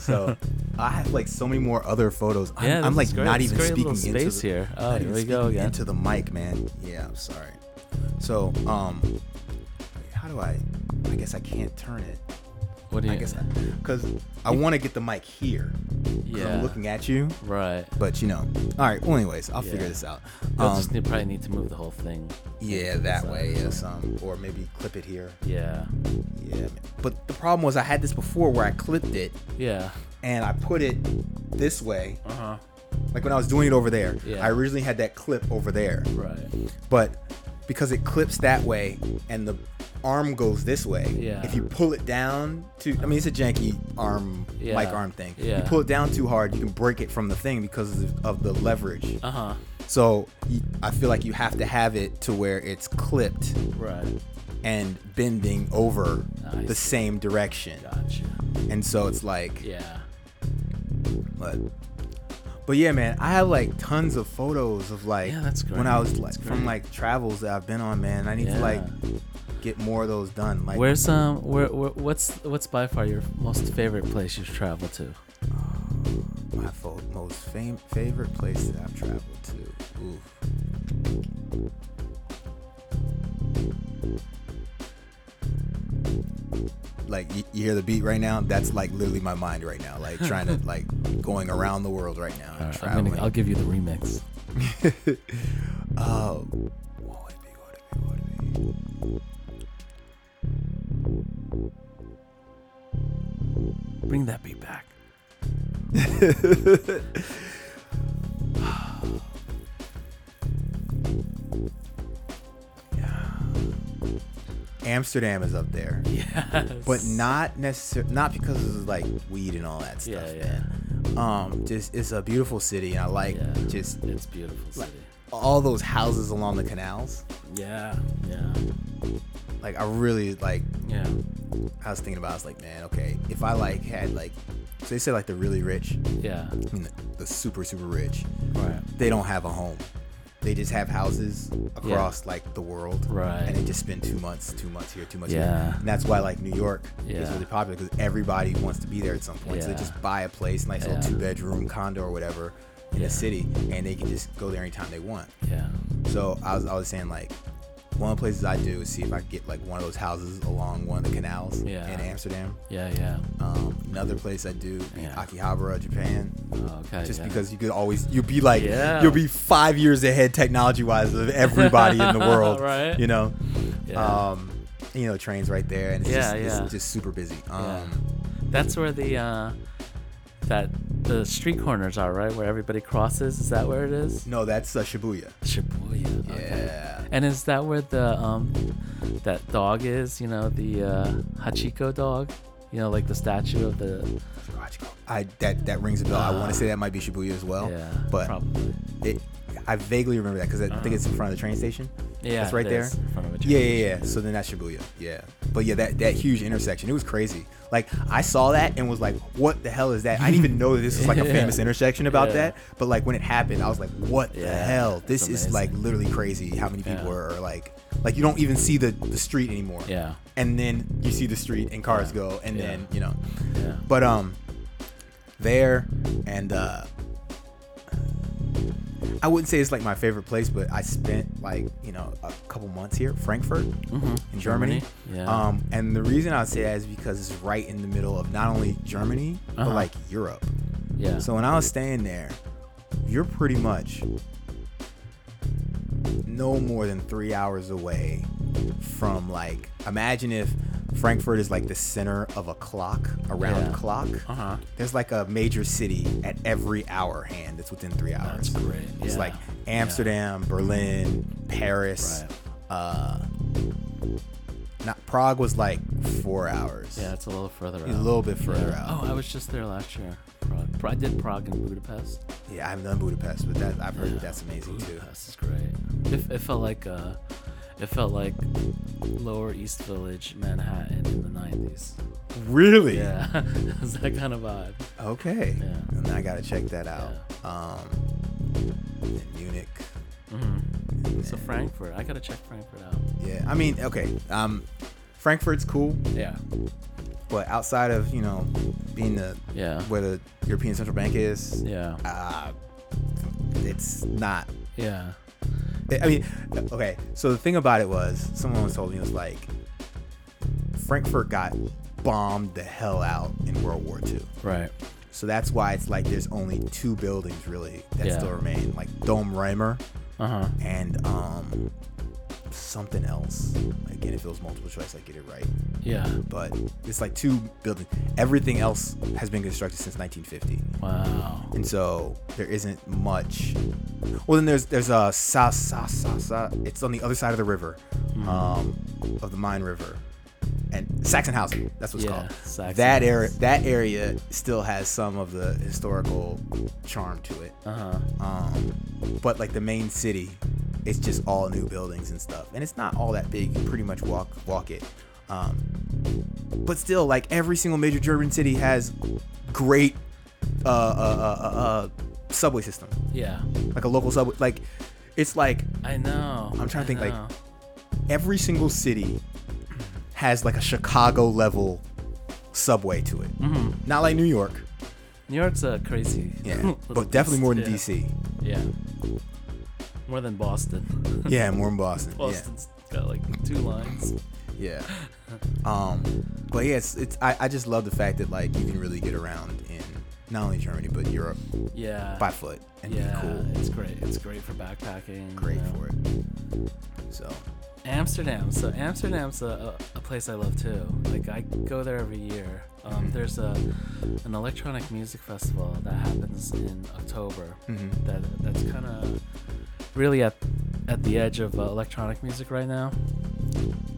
S1: So I have like so many more other photos. I'm,
S2: Yeah,
S1: I'm
S2: this
S1: like
S2: is great.
S1: not
S2: This is
S1: even
S2: great
S1: speaking
S2: little
S1: into
S2: space
S1: the,
S2: here.
S1: not
S2: Oh,
S1: even
S2: here we go
S1: speaking
S2: again.
S1: into the mic, man. Yeah, I'm sorry. So um, how do I? I guess I can't turn it.
S2: What do you?
S1: I guess because I, want to get the mic here. 'cause
S2: yeah.
S1: I'm looking at you,
S2: right.
S1: but you know. All right. Well, anyways, I'll figure
S2: Yeah.
S1: this out.
S2: You'll
S1: Um,
S2: just need, probably need to move the whole thing.
S1: yeah, that
S2: so-
S1: way. Yes. Um, or maybe clip it here.
S2: Yeah.
S1: Yeah. man. But the problem was I had this before where I clipped it
S2: Yeah.
S1: and I put it this way
S2: Uh huh.
S1: Like when I was doing it over there,
S2: Yeah.
S1: I originally had that clip over there,
S2: Right.
S1: but because it clips that way and the arm goes this way,
S2: Yeah.
S1: if you pull it down to, I mean, it's a janky arm,
S2: Yeah.
S1: mic arm thing.
S2: Yeah.
S1: You pull it down too hard, you can break it from the thing because of the, of the leverage.
S2: Uh huh.
S1: So you, I feel like you have to have it to where it's clipped
S2: Right.
S1: and bending over
S2: I
S1: the
S2: see.
S1: same direction.
S2: Gotcha.
S1: And so it's like,
S2: Yeah.
S1: But, but yeah, man, I have like tons of photos of like
S2: Yeah, that's
S1: when I
S2: great.
S1: was like from
S2: great.
S1: like travels that I've been on, man. I need to like get more of those done. Like
S2: Where's um? Where, where? What's what's by far your most favorite place you've traveled to?
S1: my fo- most fam- favorite place that I've traveled to. Oof. Like you, you hear the beat right now? That's like literally my mind right now. Like trying to like going around the world right now. and
S2: All right, I'm
S1: traveling.
S2: gonna, I'll give you the remix.
S1: Uh, what would it be? What would it be? What would it be?
S2: Bring that beat back.
S1: Amsterdam is up there,
S2: Yes.
S1: but not necessarily not because of like weed and all that
S2: Yeah,
S1: stuff.
S2: yeah.
S1: Um, just it's a beautiful city, and I like
S2: Yeah.
S1: just
S2: It's beautiful city.
S1: all those houses along the canals.
S2: Yeah. Yeah.
S1: Like I really like.
S2: Yeah.
S1: I was thinking about. I was like, man, okay, if I like had like, so they say like the really rich,
S2: Yeah.
S1: I mean, the, the super super rich,
S2: Right.
S1: they don't have a home. They just have houses across like the world,
S2: Right.
S1: And they just spend two months, two months here, two months here,
S2: Yeah.
S1: and that's why like New York is
S2: Yeah.
S1: really popular because everybody wants to be there at some point. So they
S2: Yeah.
S1: just buy a place, nice
S2: Yeah.
S1: little two bedroom condo or whatever in
S2: Yeah.
S1: the city, and they can just go there anytime they want.
S2: Yeah.
S1: So I was always saying like one of the places I do is see if I could get like one of those houses along one of the canals
S2: Yeah.
S1: in Amsterdam.
S2: Yeah. Yeah.
S1: Um, another place I do would be
S2: Yeah.
S1: Akihabara, Japan
S2: Oh, okay.
S1: just
S2: yeah.
S1: because you could always you'll be like
S2: Yeah.
S1: you'll be five years ahead technology wise of everybody in the world
S2: Right.
S1: you know
S2: Yeah.
S1: um you know trains right there and it's,
S2: Yeah,
S1: just, it's
S2: yeah.
S1: just super busy
S2: Yeah.
S1: um
S2: That's where the uh, that the street corners are, right? Where everybody crosses. Is that where it is?
S1: no that's uh, shibuya
S2: Shibuya.
S1: yeah
S2: Okay. And is that where the um that dog is? You know, the uh, Hachiko dog. You know, like the statue of the.
S1: i that that rings a bell i want to say that might be shibuya as well
S2: Ah. Yeah.
S1: Oh, but
S2: probably.
S1: it i vaguely remember that because i think it's in front of the train
S2: Uh-huh.
S1: station
S2: Yeah.
S1: that's right
S2: it
S1: there
S2: is in front of a
S1: Yeah,
S2: church.
S1: yeah, yeah. So then that's Shibuya. Yeah. But yeah, that, that huge intersection, it was crazy. Like I saw that and was like, what the hell is that? I didn't even know that this was like a
S2: Yeah.
S1: famous intersection about
S2: Yeah.
S1: that. But like when it happened, I was like, what the
S2: Yeah,
S1: hell?
S2: it's
S1: This is like
S2: amazing.
S1: literally crazy how many people
S2: Yeah.
S1: are like like you don't even see the, the street anymore.
S2: Yeah.
S1: And then you see the street and cars
S2: Yeah.
S1: go and
S2: Yeah.
S1: then, you know.
S2: Yeah.
S1: But um there and uh I wouldn't say it's like my favorite place, but I spent like, you know, a couple months here, Frankfurt
S2: Mhm.
S1: in Germany.
S2: Yeah.
S1: Um, and the reason I would say that is because it's right in the middle of not only Germany, but
S2: Uh-huh.
S1: like Europe.
S2: yeah.
S1: So when I was staying there, you're pretty much no more than three hours away from like imagine if Frankfurt is like the center of a clock, a round
S2: Yeah.
S1: clock.
S2: Uh huh.
S1: There's like a major city at every hour hand that's within three hours.
S2: That's great.
S1: It's
S2: yeah.
S1: like Amsterdam, Berlin, Paris.
S2: Right.
S1: Uh, not Prague was like four hours.
S2: Yeah, it's a little further out.
S1: a little bit further
S2: Yeah.
S1: out.
S2: Oh, I was just there last year. Prague. Pra- I did Prague and Budapest.
S1: Yeah, I haven't done Budapest, but that I've heard that's amazing too.
S2: Budapest is great. It, it felt like uh, it felt like Lower East Village, Manhattan in the '90s.
S1: Really?
S2: Yeah, it's that kind of vibe.
S1: Okay.
S2: Yeah.
S1: And I gotta check that out. Um, in Munich.
S2: hmm So Frankfurt, I gotta check Frankfurt out.
S1: Yeah. I mean, okay. Um, Frankfurt's cool,
S2: Yeah,
S1: but outside of you know being the
S2: yeah,
S1: where the European Central Bank is,
S2: yeah,
S1: uh, it's not
S2: yeah.
S1: I mean, okay. So the thing about it was, someone was told me it was like Frankfurt got bombed the hell out in World War II.
S2: Right.
S1: So that's why it's like there's only two buildings really that
S2: Yeah.
S1: still remain, like Dome Reimer
S2: Uh huh.
S1: and um something else. Again, if it was multiple choice, I get it right.
S2: Yeah.
S1: But it's like two buildings. Everything else has been constructed since 1950
S2: Wow.
S1: and so there isn't much. Well, then there's there's a sa sa sa sa. It's on the other side of the river,
S2: Mm-hmm.
S1: um, of the Mine River, and Saxonhausen. That's what's
S2: Yeah,
S1: called.
S2: Saxonhausen.
S1: That area that area still has some of the historical charm to it,
S2: Uh huh.
S1: um, but like the main city, it's just all new buildings and stuff, and it's not all that big. You can pretty much walk walk it. Um, but still, like every single major German city has great uh, uh, uh, uh, uh, subway system,
S2: Yeah.
S1: like a local subway. Like it's like
S2: I know.
S1: I'm trying to
S2: I
S1: think, like,
S2: know.
S1: every single city has like a Chicago level subway to it. Not like New York,
S2: New York's uh, crazy.
S1: yeah,
S2: little
S1: but definitely more than
S2: place.
S1: DC.
S2: Yeah. yeah. More than Boston.
S1: Yeah, more than Boston. Yeah.
S2: Boston's got like two lines.
S1: Yeah. Um, but yeah, it's, it's I, I just love the fact that like you can really get around in not only Germany but Europe
S2: Yeah.
S1: by foot and be
S2: yeah,
S1: cool.
S2: it's great. It's great for backpacking.
S1: Great
S2: you know.
S1: for it. So
S2: Amsterdam. So Amsterdam's a, a, a place I love too. Like I go there every year. Um,
S1: Mm-hmm.
S2: There's a an electronic music festival that happens in October.
S1: Mhm.
S2: That that's kind of really at at the edge of uh, electronic music right now.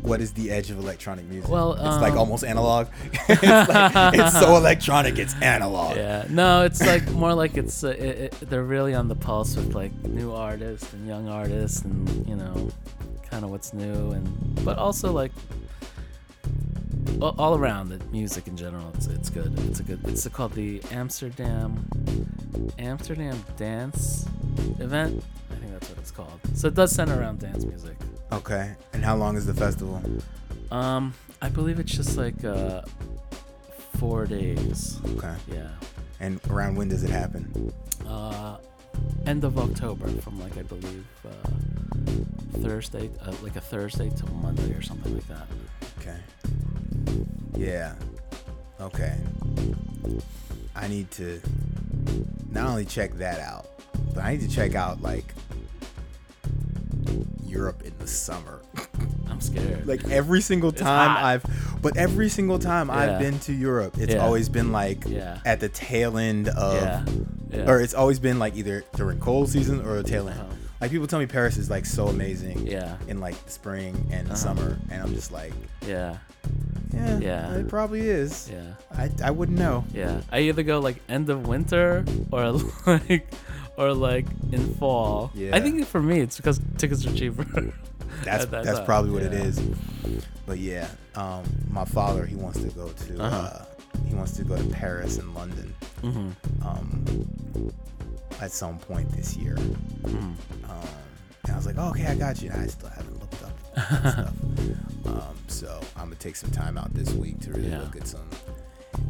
S1: what is the edge of electronic music?
S2: Well,
S1: it's like
S2: um,
S1: almost analog. it's, like, it's so electronic, it's analog.
S2: Yeah. No, it's like more like it's uh, it, it, they're really on the pulse with like new artists and young artists and you know, kind of what's new and but also like a- all around the music in general. It's it's good. It's a good. It's called the Amsterdam Amsterdam Dance Event. I think that's what it's called. So it does center around dance music.
S1: Okay. And how long is the festival?
S2: Um, I believe it's just like uh, four days.
S1: Okay.
S2: Yeah.
S1: And around when does it happen?
S2: uh, end of October, from like I believe uh, Thursday, uh, like a Thursday to Monday or something like that.
S1: Okay. Yeah. Okay. I need to not only check that out, but I need to check out like Europe in the summer.
S2: I'm scared.
S1: like every single
S2: hot.
S1: time I've but every single time
S2: Yeah.
S1: I've been to Europe, it's
S2: Yeah.
S1: always been like
S2: Yeah.
S1: at the tail end of
S2: yeah, yeah.
S1: uh, or it's always been like either during cold season or the tail end.
S2: Uh-huh.
S1: Like people tell me Paris is like so amazing
S2: yeah, Uh-huh.
S1: in like spring and summer and I'm just like
S2: yeah,
S1: yeah,
S2: Yeah.
S1: it probably is.
S2: yeah,
S1: I, I wouldn't know.
S2: yeah. I either go like end of winter or like or like in fall.
S1: Yeah.
S2: I think for me it's because tickets are cheaper.
S1: That's
S2: at that
S1: that's
S2: time.
S1: probably what it
S2: Yeah.
S1: is. But yeah, um, my father he wants to go to uh
S2: Uh-huh.
S1: he wants to go to Paris and London
S2: Mhm,
S1: um, at some point this year.
S2: mhm.
S1: Um, and I was like, oh, okay, I got you. And I still haven't looked up that stuff. Um, so I'm gonna take some time out this week to really
S2: Yeah.
S1: look at some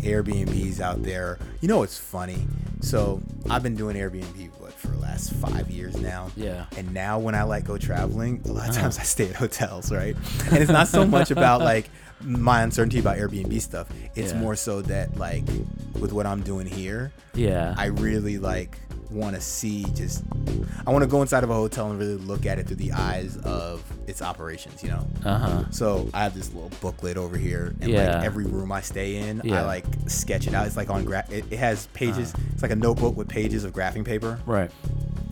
S1: Airbnbs out there. You know, it's funny. So I've been doing Airbnb what for the last five years now.
S2: Yeah.
S1: And now when I like go traveling, a lot of
S2: Ah.
S1: times I stay at hotels, right? And it's not so much about like my uncertainty about Airbnb stuff. It's
S2: Yeah.
S1: more so that like with what I'm doing here,
S2: Yeah.
S1: I really like want to see just I want to go inside of a hotel and really look at it through the eyes of its operations, you know.
S2: Uh huh.
S1: So I have this little booklet over here, and
S2: Yeah.
S1: like every room I stay in,
S2: Yeah. Uh-huh.
S1: I like sketch it out. It's like on gra- it, it has pages. It's like a notebook with pages of graphing paper,
S2: Right.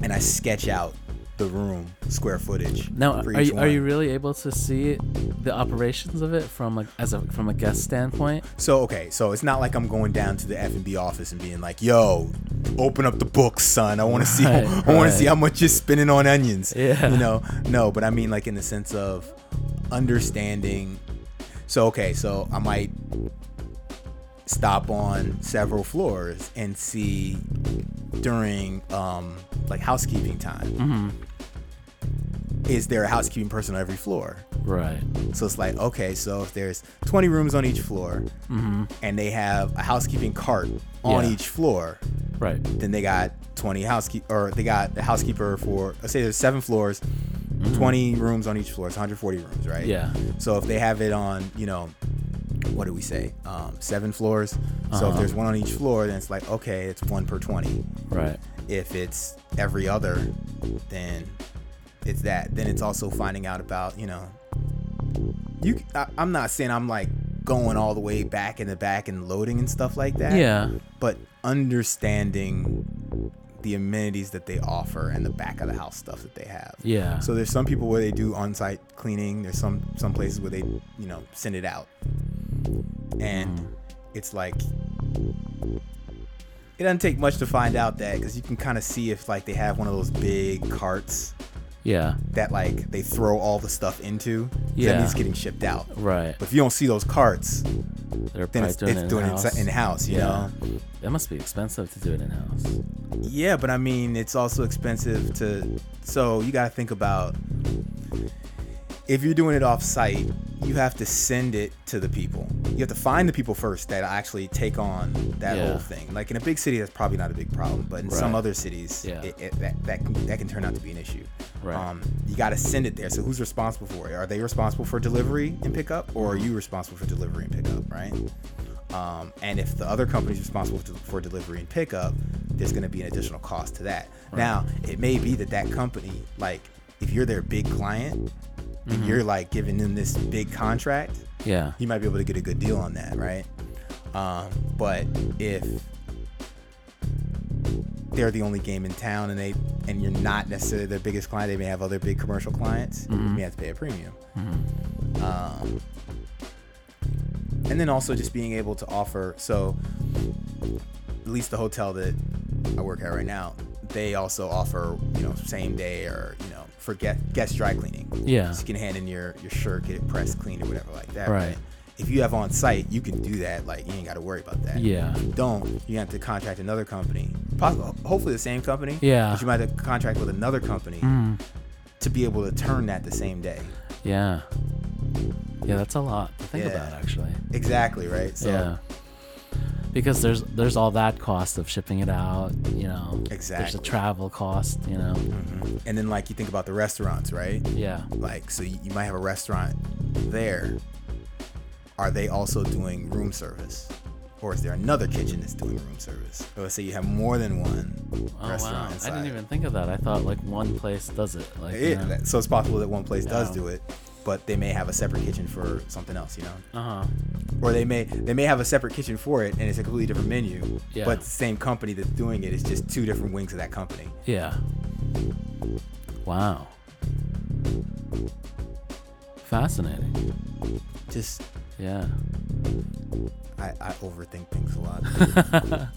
S1: and I sketch out the room square footage.
S2: Now,
S1: for
S2: are
S1: each
S2: you, are you
S1: one.
S2: really able to see the operations of it from like as a from a guest standpoint?
S1: So okay, so it's not like I'm going down to the F and B office and being like, "Yo, open up the books, son. I want to see. I
S2: Right,
S1: want
S2: right.
S1: to see how much you're spending on onions."
S2: Yeah.
S1: You know, no, but I mean like in the sense of understanding. So okay, so I might stop on several floors and see during um like housekeeping time.
S2: Mm-hmm.
S1: Is there a housekeeping person on every floor?
S2: Right.
S1: So it's like, okay, so if there's 20 rooms on each floor
S2: Mm-hmm.
S1: and they have a housekeeping cart on
S2: Yeah.
S1: each floor,
S2: Right.
S1: then they got 20 housekeep or they got a housekeeper for, let's say there's seven floors, 20 rooms on each floor. It's 140 rooms, right?
S2: Mm-hmm. Yeah.
S1: So if they have it on, you know, what do we say? Um, seven floors. So if
S2: Uh-huh.
S1: there's one on each floor, then it's like, okay, it's one per 20
S2: Right.
S1: if it's every other then it's that then it's also finding out about you know you I, i'm not saying i'm like going all the way back in the back and loading and stuff like that
S2: Yeah.
S1: but understanding the amenities that they offer and the back of the house stuff that they have
S2: Yeah.
S1: so there's some people where they do on-site cleaning. There's some some places where they you know send it out,
S2: Mm-hmm.
S1: and it's like it doesn't take much to find out that because you can kind of see if like they have one of those big carts
S2: yeah.
S1: that like they throw all the stuff into. Yeah,
S2: Yeah.
S1: that means it's getting shipped out.
S2: Right.
S1: But if you don't see those carts,
S2: They're
S1: then
S2: probably
S1: it's,
S2: doing
S1: it's
S2: it
S1: doing
S2: in house.
S1: it in house. You know.
S2: That must be expensive to do it in house.
S1: Yeah, but I mean, it's also expensive to. So you got to think about if you're doing it off site, you have to send it to the people. You have to find the people first that actually take on that
S2: Yeah.
S1: whole thing. Like in a big city, that's probably not a big problem, but in some
S2: Right.
S1: other cities,
S2: Yeah.
S1: it, it, that, that, can, that can turn out to be an issue.
S2: Right.
S1: Um, you got to send it there. So who's responsible for it? Are they responsible for delivery and pickup, or are you responsible for delivery and pickup, right? Um, and if the other company's responsible to, for delivery and pickup, there's going to be an additional cost to that. Now, it may be that that company, like, if you're their big client and you're like giving them this big contract,
S2: Yeah.
S1: you might be able to get a good deal on that, right? Um, but if they're the only game in town and they and you're not necessarily their biggest client, they may have other big commercial clients. You may have to pay a premium. Um, and then also just being able to offer. So at least the hotel that I work at right now, they also offer you know same day or you know for get, guest dry cleaning.
S2: Yeah.
S1: So you can hand in your your shirt, get it pressed, cleaned, or whatever like that.
S2: Right.
S1: If you have on site, you can do that. Like you ain't got to worry about that.
S2: Yeah.
S1: If you don't you have to contract another company? Possible, hopefully the same company.
S2: Yeah. Mm-hmm.
S1: But you might have to contract with another company to be able to turn that the same day.
S2: Yeah. Yeah, that's a lot to think
S1: Yeah.
S2: about actually.
S1: Exactly right. So
S2: yeah. Because there's there's all that cost of shipping it out, you know. There's the
S1: Exactly. Mm-hmm.
S2: travel cost, you know.
S1: and then like you think about the restaurants, right?
S2: Yeah.
S1: Like so you, you might have a restaurant there. Are they also doing room service? Or is there another kitchen that's doing room service? Or let's say you have more than one
S2: Oh
S1: restaurant.
S2: wow. I
S1: inside.
S2: didn't even think of that. I thought like one place does it. Like you
S1: Yeah,
S2: know.
S1: that- so it's possible that one place does
S2: Yeah.
S1: do it, but they may have a separate kitchen for something else, you know,
S2: Uh-huh.
S1: or they may they may have a separate kitchen for it, and it's a completely different menu.
S2: Yeah.
S1: But it's the same company that's doing it. It's just two different wings of that company.
S2: Yeah. Wow. Fascinating.
S1: Just
S2: Yeah.
S1: I, I overthink things a lot.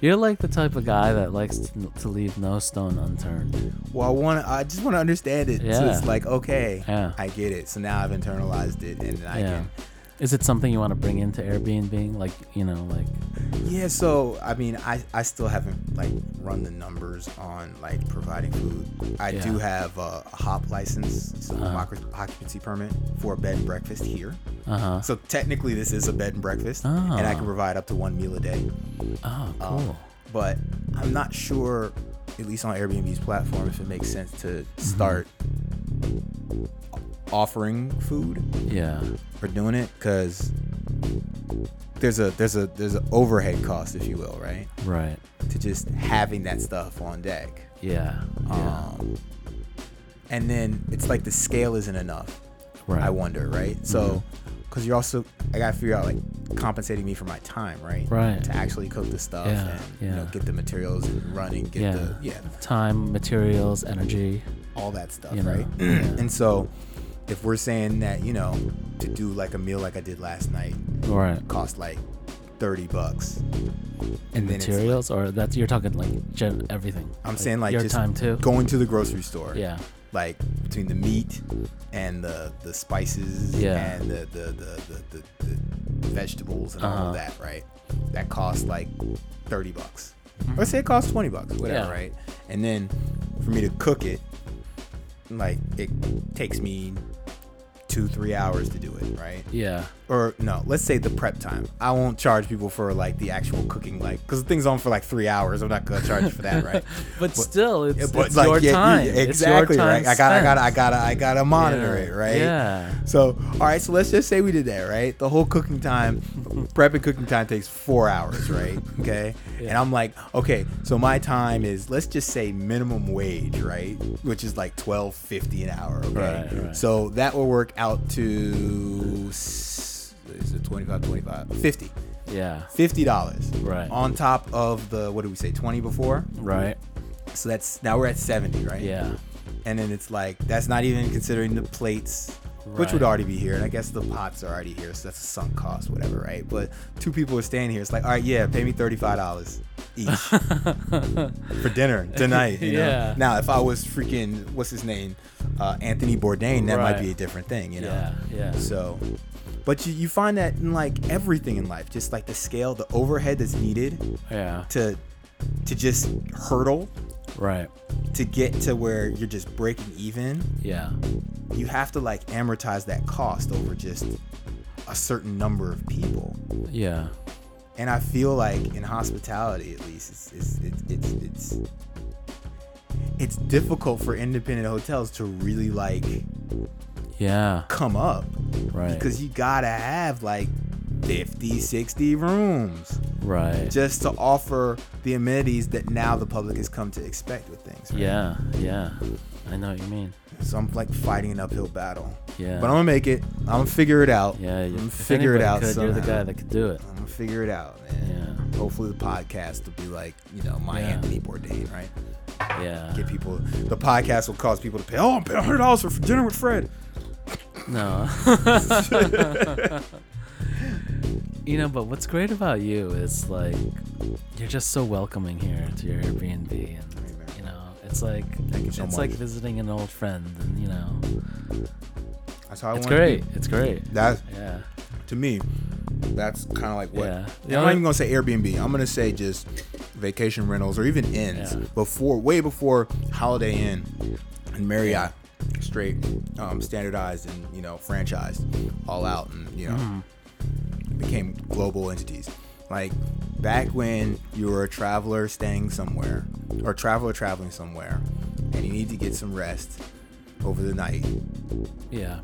S2: You're like the type of guy that likes to, to leave no stone unturned.
S1: well, I want to I just want to understand it. So
S2: Yeah.
S1: it's like okay,
S2: Yeah.
S1: I get it. So now I've internalized it, and then I
S2: yeah.
S1: can
S2: Is it something you want to bring into Airbnb? Like, you know, like,
S1: Yeah, so I mean, I I still haven't like run the numbers on like providing food. I
S2: Yeah.
S1: do have a hop license, so
S2: Uh-huh.
S1: occup- occupancy permit for a bed and breakfast here.
S2: uh huh.
S1: So technically, this is a bed and breakfast, and I
S2: Ah.
S1: can provide up to one meal a day.
S2: Oh,
S1: Um,
S2: cool.
S1: But I'm not sure, at least on Airbnb's platform, if it makes sense to
S2: Mm-hmm.
S1: start offering food
S2: yeah.
S1: for doing it because there's a there's a there's an overhead cost, if you will, right,
S2: Right.
S1: to just having that stuff on deck.
S2: Yeah. Yeah.
S1: Um, and then it's like the scale isn't enough.
S2: right. Mm-hmm.
S1: I wonder, right? So, because you're also, I gotta figure out like compensating me for my time, right?
S2: Right.
S1: To actually cook the stuff
S2: Yeah,
S1: and you know
S2: yeah.
S1: get the materials and running, get
S2: yeah.
S1: the yeah
S2: Time, materials, energy.
S1: all that stuff,
S2: You know,
S1: right?
S2: yeah.
S1: and so, if we're saying that you know to do like a meal like I did last night
S2: Right.
S1: cost like thirty bucks,
S2: And
S1: then it's
S2: materials, or that's you're talking like gen- everything.
S1: I'm saying like
S2: your
S1: just
S2: time too.
S1: going to the grocery store,
S2: yeah.
S1: like between the meat and the the spices
S2: Yeah.
S1: and the the, the, the, the, the vegetables and all
S2: Uh-huh.
S1: of that, right? That costs like thirty bucks. Or say it costs twenty bucks, whatever,
S2: Mm-hmm. Yeah.
S1: right? And then for me to cook it, like it takes me two, three hours to do it, right?
S2: Yeah.
S1: Or no, let's say the prep time. I won't charge people for like the actual cooking, like because the thing's on for like three hours. I'm not gonna charge you for that, right?
S2: But, still, it's,
S1: Yeah, but
S2: it's
S1: like
S2: your
S1: yeah,
S2: time.
S1: yeah,
S2: It's your
S1: exactly
S2: time
S1: right. I gotta, I gotta, I
S2: spent.
S1: gotta, I gotta monitor
S2: Yeah.
S1: it, right?
S2: Yeah.
S1: So, all right. So let's just say we did that, right? The whole cooking time, prep and cooking time takes four hours, right? Okay. And
S2: Yeah.
S1: I'm like, okay. So my time is, let's just say minimum wage, right? Which is like twelve fifty an hour. Okay.
S2: Right, right.
S1: So that will work out to s- is it 25, 25, 50
S2: Yeah.
S1: dollars.
S2: Right.
S1: On top of the what did we say twenty before?
S2: Right.
S1: So that's now we're at seventy, right?
S2: Yeah.
S1: and then it's like that's not even considering the plates which would
S2: Right.
S1: already be here and i guess the pots are already here so that's a sunk cost whatever right but two people are staying here it's like all right yeah pay me $35 each for dinner tonight you know?
S2: Yeah.
S1: now if i was freaking what's his name uh, anthony bourdain that might
S2: Right.
S1: be a different thing you know
S2: Yeah. Yeah.
S1: so but you, you find that in like everything in life just like the scale the overhead that's needed
S2: Yeah.
S1: to to just hurdle
S2: Right.
S1: to get to where you're just breaking even
S2: Yeah.
S1: you have to like amortize that cost over just a certain number of people.
S2: Yeah.
S1: And I feel like in hospitality, at least, it's it's it's it's it's, it's difficult for independent hotels to really like
S2: Yeah.
S1: come up
S2: Right.
S1: because you gotta have like 50, 60 rooms
S2: right.
S1: just to offer the amenities that now the public has come to expect with things. right?
S2: yeah. Yeah. I know what you mean.
S1: So I'm like fighting an uphill battle.
S2: Yeah.
S1: But I'm gonna make it. I'm gonna figure it out.
S2: yeah.
S1: I'm gonna
S2: if
S1: figure it
S2: anybody
S1: out.
S2: Could, you're the
S1: somehow.
S2: guy that could do it.
S1: I'm gonna figure it out, man. Hopefully the podcast will be like, you know, my
S2: Yeah.
S1: Anthony Bourdain, right?
S2: Yeah.
S1: Get people. The podcast will cause people to pay. Oh, I'm paying hundred dollars for dinner with Fred.
S2: No. you know, but what's great about you is like you're just so welcoming here to your Airbnb, and you know, it's like
S1: you
S2: it's
S1: so
S2: like
S1: much.
S2: visiting an old friend, and you know,
S1: That's how I
S2: it's
S1: want.
S2: great. It's great.
S1: That
S2: Yeah.
S1: to me, that's kind of like what.
S2: Yeah.
S1: I'm not even gonna say Airbnb. I'm gonna say just vacation rentals or even inns
S2: Yeah.
S1: before, way before Holiday Inn and Marriott, straight, um, standardized and you know franchised, all out and you know.
S2: Mm-hmm.
S1: became global entities. Like back when you were a traveler staying somewhere or a traveler traveling somewhere and you need to get some rest over the night
S2: Yeah.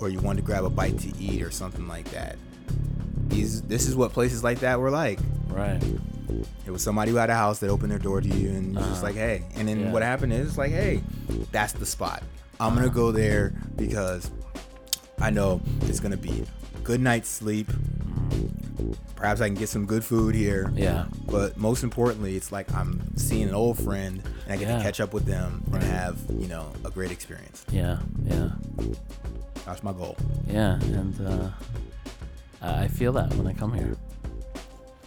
S1: or you wanted to grab a bite to eat or something like that. These this is what places like that were like.
S2: Right.
S1: It was somebody who had a house that opened their door to you and was just like, hey. And then
S2: Uh-huh. Yeah.
S1: what happened is it's like, hey, that's the spot. I'm gonna go there because I know it's gonna be good night's sleep. Perhaps I can get some good food here.
S2: Yeah.
S1: But most importantly, it's like I'm seeing an old friend and I get
S2: Yeah.
S1: to catch up with them
S2: Right.
S1: and have, you know, a great experience.
S2: Yeah. Yeah.
S1: That's my goal.
S2: Yeah. And uh, I I feel that when I come here.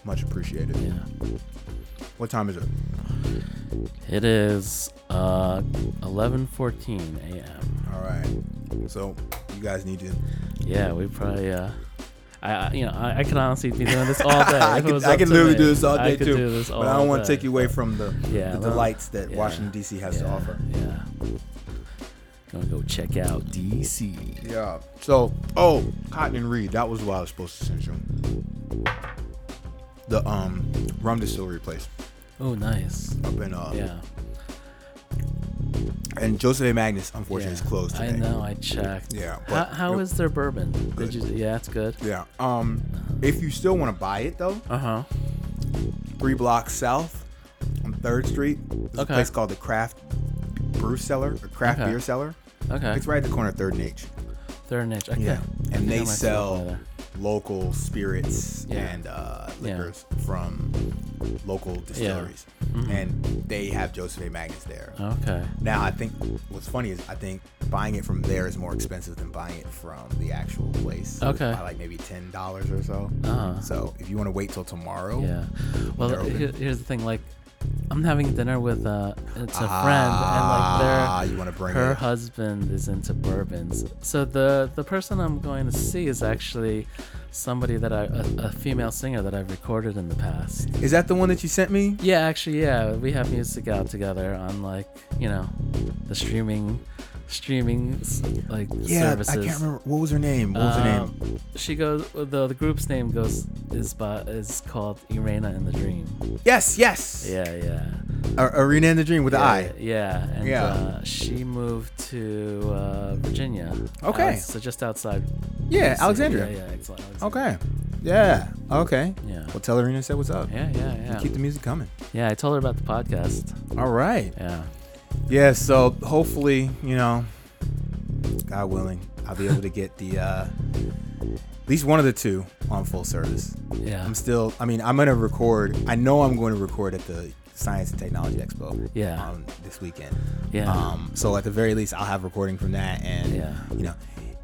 S1: Much appreciated.
S2: Yeah.
S1: What time is it?
S2: It is uh 11:14 a.m.
S1: All right. So you guys need to.
S2: Yeah, we probably. Uh, I, I you know I, I could honestly be doing this all day.
S1: I
S2: if it
S1: could,
S2: was
S1: I
S2: up
S1: could
S2: to
S1: literally
S2: me.
S1: do this all
S2: I
S1: day
S2: could
S1: too.
S2: do this
S1: but I
S2: all
S1: don't want to
S2: day.
S1: take you away from the,
S2: Yeah,
S1: the
S2: well,
S1: delights that
S2: yeah,
S1: Washington, D.C. has to
S2: yeah,
S1: offer.
S2: Yeah. Gonna go check out DC.
S1: Yeah. So, oh, Cotton and Reed. That was what I was supposed to send you. The um rum distillery place
S2: Oh, nice.
S1: up in uh
S2: Yeah.
S1: and Joseph A. Magnus unfortunately
S2: yeah.
S1: is closed today.
S2: I know. I checked.
S1: Yeah,
S2: How,
S1: but
S2: how
S1: it-
S2: is their bourbon?
S1: good.
S2: Did you? Yeah, it's good.
S1: Yeah. Um,
S2: Uh-huh.
S1: If you still want to buy it though,
S2: Uh huh.
S1: three blocks south on Third Street, there's
S2: Okay.
S1: a place called the Craft Brew Cellar or Craft
S2: Okay.
S1: Beer Cellar.
S2: Okay.
S1: It's right at the corner of Third and H.
S2: They're an itch. I
S1: Yeah,
S2: can't- I
S1: and
S2: think I
S1: they
S2: might stop by
S1: sell
S2: there.
S1: local spirits
S2: Yeah.
S1: and uh, liquors from local distilleries,
S2: Mhm.
S1: and they have Joseph A. Magnus there.
S2: Okay.
S1: Now, I think what's funny is I think buying it from there is more expensive than buying it from the actual place.
S2: Okay.
S1: by like maybe ten dollars or so.
S2: Uh-huh.
S1: So if you want to wait till tomorrow,
S2: Yeah. Well,
S1: They're open.
S2: here, here's the thing. Like, I'm having dinner with uh, it's a
S1: ah,
S2: friend, and like
S1: you want to bring
S2: their her
S1: it.
S2: husband is into bourbons. So the the person I'm going to see is actually somebody that I a, a female singer that I've recorded in the past.
S1: Is that the one that you sent me?
S2: Yeah, actually, yeah, we have music out together on like you know, the streaming, streaming s- like
S1: Yeah,
S2: services.
S1: I can't remember what was her name. What was her
S2: Uh,
S1: name?
S2: She goes. The, the group's name goes is by, is called Irena in the Dream.
S1: Yes, yes.
S2: Yeah, yeah.
S1: Ar- Arena in the Dream with the
S2: yeah,
S1: eye.
S2: Yeah, and
S1: Yeah.
S2: Uh, she moved to uh, Virginia.
S1: Okay.
S2: Uh, so just outside.
S1: Yeah,
S2: DC.
S1: Alexandria.
S2: Yeah, yeah, ex- Alexandria.
S1: Okay. Yeah. Okay.
S2: Yeah.
S1: Well, tell Arena said what's up.
S2: Yeah, yeah, yeah.
S1: Keep the music coming.
S2: Yeah, I told her about the podcast.
S1: All right.
S2: Yeah.
S1: Yeah. So hopefully, you know, God willing, I'll be able to get the uh, at least one of the two on full service.
S2: Yeah.
S1: I'm still. I mean, I'm gonna record. I know I'm going to record at the Science and Technology Expo.
S2: Yeah.
S1: Um, this weekend.
S2: yeah.
S1: Um, so at the very least, I'll have recording from that, and
S2: Yeah.
S1: you know,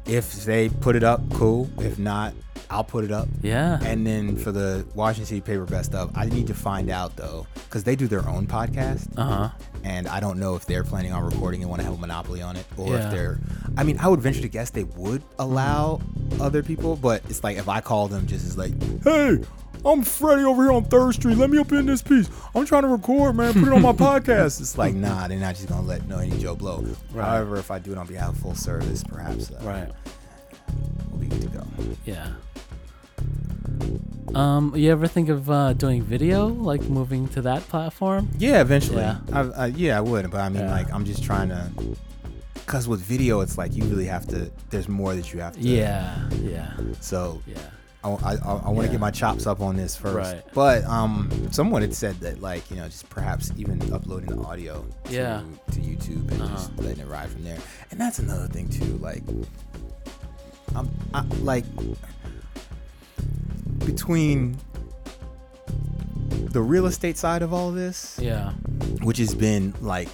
S1: if they put it up, cool. If not, I'll put it up.
S2: yeah.
S1: And then for the Washington City Paper Best Of, I need to find out though, because they do their own podcast,
S2: uh huh.
S1: and I don't know if they're planning on recording and want to have a monopoly on it, or
S2: Yeah.
S1: if they're. I mean, I would venture to guess they would allow other people, but it's like if I call them, just as like, hey. I'm Freddie over here on Third Street. Let me up in this piece. I'm trying to record, man. Put it on my podcast. It's like, nah, they're not just gonna let no any Joe blow.
S2: Right.
S1: However, if I do it on behalf of full service, perhaps uh,
S2: Right.
S1: we'll be good to go.
S2: Yeah. Um, you ever think of uh, doing video, like moving to that platform?
S1: Yeah, eventually.
S2: Yeah.
S1: Yeah, I, I, yeah, I would, but I mean,
S2: Yeah.
S1: like, I'm just trying to. Cause with video, it's like you really have to. There's more that you have to.
S2: Yeah, yeah,
S1: So
S2: yeah.
S1: I, I, want to
S2: Yeah.
S1: get my chops up on this first.
S2: Right.
S1: But um, someone had said that like you know just perhaps even uploading the audio. To,
S2: Yeah.
S1: To YouTube and just
S2: Uh-huh.
S1: letting it ride from there. And that's another thing too. Like, I'm I, like between the real estate side of all this
S2: Yeah.
S1: which has been like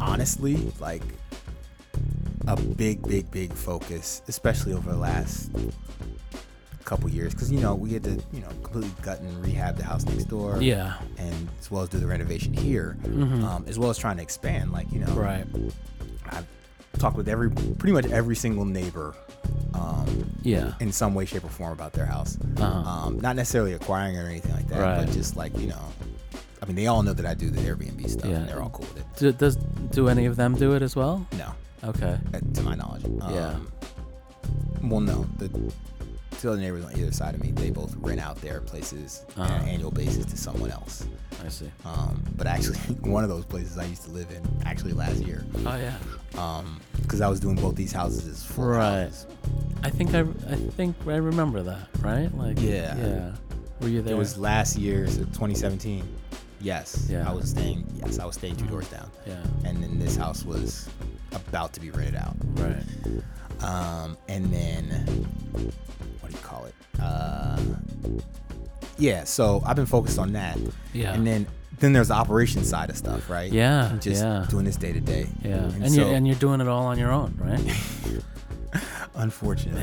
S1: honestly like a big big big focus especially over the last couple years because you know we had to you know completely gut and rehab the house next door
S2: Yeah.
S1: and as well as do the renovation here
S2: Mhm.
S1: um, as well as trying to expand like you know
S2: Right.
S1: i've talked with every pretty much every single neighbor um,
S2: Yeah.
S1: in some way shape or form about their house
S2: Uh-huh.
S1: um, not necessarily acquiring or anything like that,
S2: Right.
S1: but just like you know, I mean, they all know that I do the Airbnb stuff,
S2: Yeah.
S1: and they're all cool with it.
S2: Do, does do any of them do it as well?
S1: No,
S2: Okay.
S1: uh, to my knowledge. Um,
S2: Yeah.
S1: Well, no, the two other neighbors on either side of me, they both rent out their places on
S2: Uh-huh.
S1: an annual basis to someone else.
S2: I see.
S1: Um, but actually, one of those places I used to live in actually last year,
S2: Oh yeah.
S1: because I was doing both these houses as full
S2: Right.
S1: houses.
S2: I think I I think I remember that. Right. Like.
S1: Yeah.
S2: Yeah. Were you there?
S1: It was last year, so 2017. Yes,
S2: Yeah.
S1: I was staying. Yes, I was staying two doors down.
S2: Yeah.
S1: and then this house was about to be rented out.
S2: Right.
S1: Um, and then what do you call it? Uh, yeah. So I've been focused on that.
S2: Yeah.
S1: And then then there's the operation side of stuff, right?
S2: Yeah,
S1: And Just
S2: yeah.
S1: doing this day to day.
S2: Yeah. And,
S1: And,
S2: you're
S1: so,
S2: and you're doing it all on your own, right?
S1: unfortunately,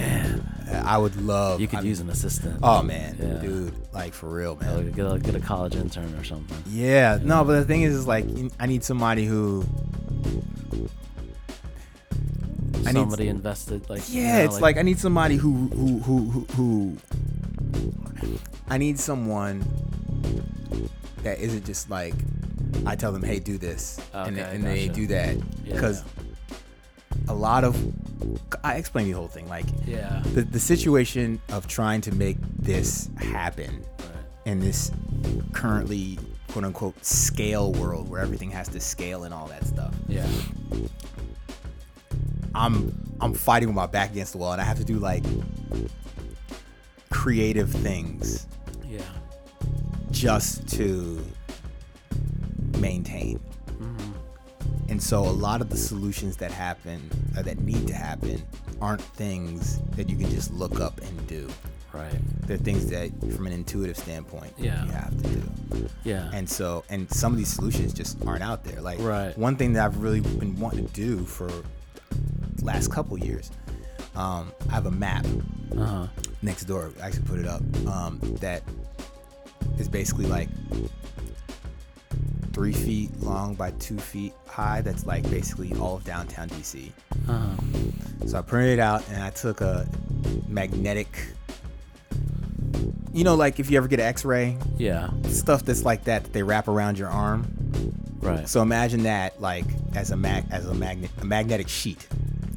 S1: I would love.
S2: You could
S1: I
S2: use
S1: mean,
S2: an assistant.
S1: Oh man,
S2: Yeah.
S1: dude, like for real, man.
S2: Like, get a, get a college intern or something.
S1: Yeah, no, but the thing is, is like you- I need somebody who. I need-
S2: Somebody invested like. you
S1: Yeah,
S2: know,
S1: it's like, I need somebody who who who who. who I need someone that isn't just like I tell them, "Hey, do this," and, they-
S2: Okay,
S1: and they
S2: gotcha.
S1: do that
S2: Yeah.
S1: because a lot of I explained the whole thing like
S2: Yeah.
S1: the the situation of trying to make this happen
S2: Right.
S1: in this currently quote unquote scale world where everything has to scale and all that stuff.
S2: Yeah.
S1: I'm I'm fighting with my back against the wall and I have to do like creative things
S2: Yeah.
S1: just to maintain.
S2: hmm
S1: And so a lot of the solutions that happen uh, that need to happen aren't things that you can just look up and do.
S2: Right.
S1: They're things that from an intuitive standpoint
S2: Yeah.
S1: you have to do.
S2: Yeah.
S1: And so, and some of these solutions just aren't out there. Like
S2: Right.
S1: one thing that I've really been wanting to do for the last couple years, um, I have a map
S2: uh huh.
S1: next door. I actually put it up. Um, that is basically like three feet long by two feet high. That's like basically all of downtown DC.
S2: Uh huh.
S1: So I printed it out and I took a magnetic. You know, like if you ever get an X-ray,
S2: Yeah.
S1: stuff that's like that that they wrap around your arm.
S2: Right.
S1: So imagine that like as a mag as a magnet a magnetic sheet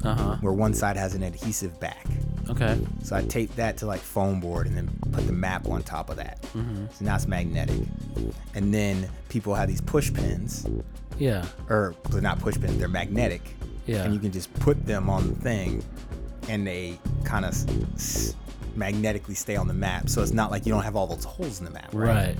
S2: Uh huh.
S1: where one side has an adhesive back.
S2: Okay.
S1: So I taped that to like foam board and then put the map on top of that.
S2: Mm-hmm.
S1: So now it's magnetic. And then people have these push pins,
S2: Yeah.
S1: or they're not push pins, they're magnetic.
S2: Yeah.
S1: And you can just put them on the thing and they kind of s- s- magnetically stay on the map. So it's not like you don't have all those holes in the map,
S2: Right.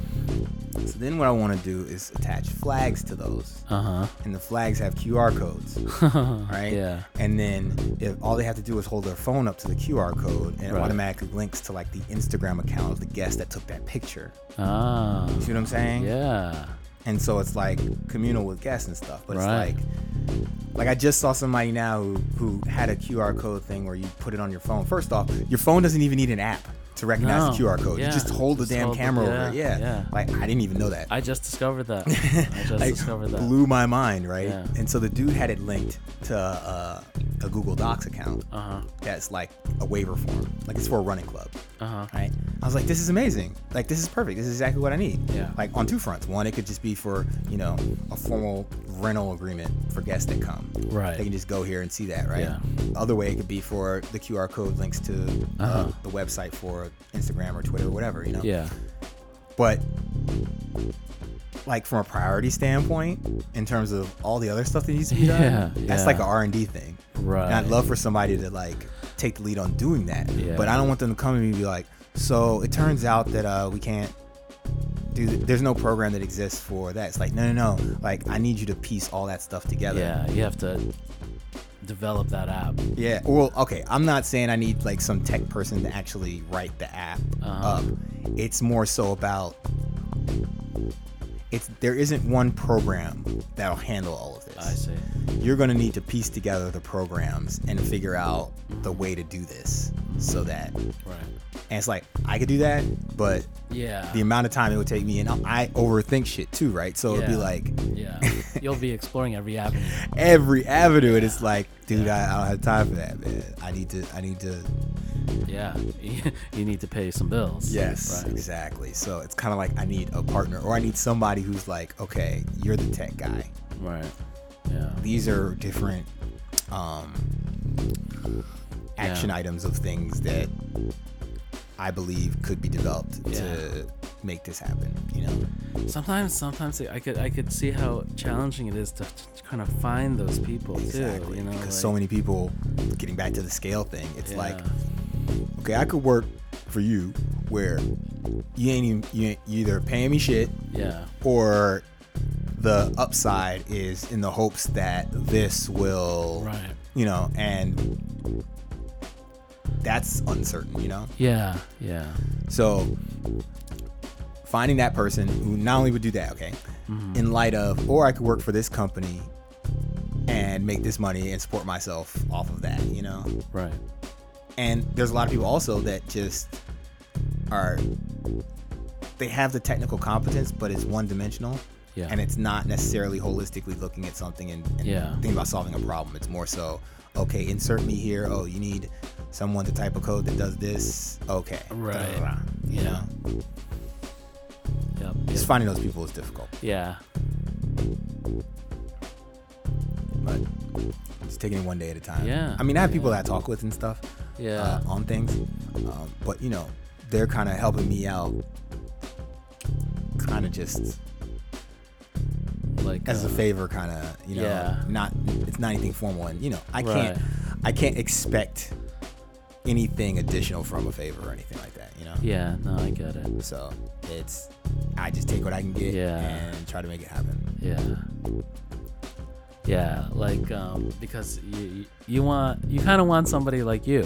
S1: So then what I want to do is attach flags to those.
S2: Uh
S1: And the flags have QR codes.
S2: huh.
S1: right?
S2: Uh-huh. Yeah.
S1: And then if all they have to do is hold their phone up to the QR code, and it
S2: Right.
S1: automatically links to like the Instagram account of the guest that took that picture.
S2: Ah.
S1: You see what I'm saying?
S2: Yeah.
S1: And so it's like communal with guests and stuff. But it's
S2: Right.
S1: like, like I just saw somebody now who who had a QR code thing where you put it on your phone. First off, your phone doesn't even need an app to recognize
S2: No.
S1: the QR code.
S2: Yeah.
S1: You just hold the
S2: Just
S1: damn
S2: hold the-
S1: camera over it.
S2: yeah,
S1: Yeah.
S2: yeah.
S1: Like I didn't even know that.
S2: I just discovered that. I just
S1: Like,
S2: discovered that.
S1: Blew my mind, right?
S2: Yeah.
S1: And so the dude had it linked to uh, a Google Docs account.
S2: Uh huh.
S1: that's like a waiver form. Like it's for a running club,
S2: Uh huh.
S1: right? I was like, this is amazing. Like this is perfect. This is exactly what I need.
S2: Yeah.
S1: Like on two fronts. One, it could just be for you know a formal rental agreement for guests that come.
S2: Right.
S1: They can just go here and see that, right?
S2: Yeah.
S1: The Other way, it could be for the QR code links to uh,
S2: Uh-huh.
S1: the website for Instagram or Twitter or whatever, you know.
S2: Yeah.
S1: But like from a priority standpoint, in terms of all the other stuff that needs to be done,
S2: Yeah,
S1: that's
S2: yeah.
S1: like an R and D thing.
S2: Right.
S1: And I'd love for somebody to like take the lead on doing that.
S2: Yeah.
S1: But I don't want them to come to me and be like, so it turns out that uh, we can't do, th- there's no program that exists for that. It's like, no, no, no. Like, I need you to piece all that stuff together.
S2: Yeah. You have to develop that app.
S1: Yeah. Well, okay. I'm not saying I need like some tech person to actually write the app
S2: Uh-huh.
S1: up. It's more so about, it's, there isn't one program that'll handle all of this
S2: I see.
S1: you're going to need to piece together the programs and figure out the way to do this so that and
S2: Right.
S1: it's like i could do that but
S2: Yeah.
S1: the amount of time it would take me and i overthink shit too right so it'd be
S2: Yeah.
S1: like
S2: yeah. You'll be exploring every avenue.
S1: every avenue and it's like dude I, I don't have time for that man i need to i need to
S2: Yeah. you need to pay some bills.
S1: yes
S2: Right.
S1: exactly so it's kind of like i need a partner or i need somebody who's like okay you're the tech guy
S2: Right. Yeah.
S1: these are different um, action
S2: Yeah.
S1: items of things that I believe could be developed
S2: Yeah.
S1: to make this happen. You know,
S2: Sometimes, sometimes I could, I could see how challenging it is to, to kind of find those people too. You know,
S1: because
S2: like-
S1: so many people, getting back to the scale thing, it's like,
S2: Yeah.
S1: okay, I could work for you where you ain't even you ain't you either paying me shit
S2: yeah,
S1: or the upside is in the hopes that this will,
S2: right,
S1: you know, and that's uncertain. You know.
S2: yeah, yeah,
S1: So finding that person who not only would do that, okay,
S2: Mm-hmm. Mm.
S1: in light of, or I could work for this company and make this money and support myself off of that, you know?
S2: right,
S1: And there's a lot of people also that just are, they have the technical competence, but it's one dimensional.
S2: yeah,
S1: And it's not necessarily holistically looking at something and, and
S2: Yeah.
S1: thinking about solving a problem. It's more so, okay, insert me here. Oh, you need someone to type a code that does this. Okay.
S2: Right.
S1: You
S2: Yeah.
S1: know?
S2: yep,
S1: Just
S2: yep,
S1: finding those people is difficult,
S2: yeah,
S1: but just taking it one day at a time.
S2: Yeah,
S1: I mean, I have
S2: yeah.
S1: people that I talk with and stuff
S2: yeah,
S1: uh, on things, um, but you know, they're kind of helping me out, kind of just
S2: like
S1: as a
S2: uh,
S1: favor, kind of you know,
S2: yeah.
S1: not it's not anything formal, and you know, I can't
S2: Right.
S1: I can't expect anything additional from a favor or anything like that, you know?
S2: Yeah, no, I get it.
S1: So it's, I just take what I can get
S2: Yeah.
S1: and try to make it happen.
S2: Yeah. Yeah, like um, because you you- you want you kind of want somebody like you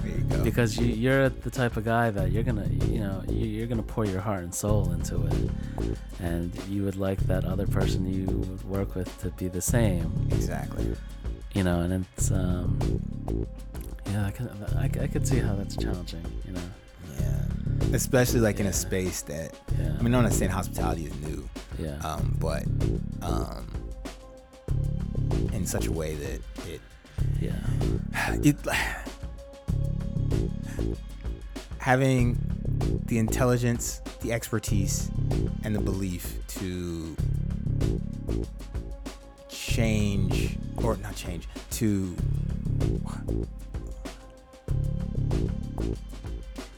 S1: There you go.
S2: because you you're the type of guy that you're gonna you know you, you're gonna pour your heart and soul into it, and you would like that other person you would work with to be the same,
S1: exactly.
S2: you know, and it's um, yeah, I can I, I could see how that's challenging, you know,
S1: Yeah. Especially like in
S2: Yeah.
S1: a space that,
S2: yeah,
S1: I mean, I'm not saying hospitality is new,
S2: yeah,
S1: um, but um, in such a way that it
S2: yeah,
S1: it having the intelligence, the expertise, and the belief to change or not change to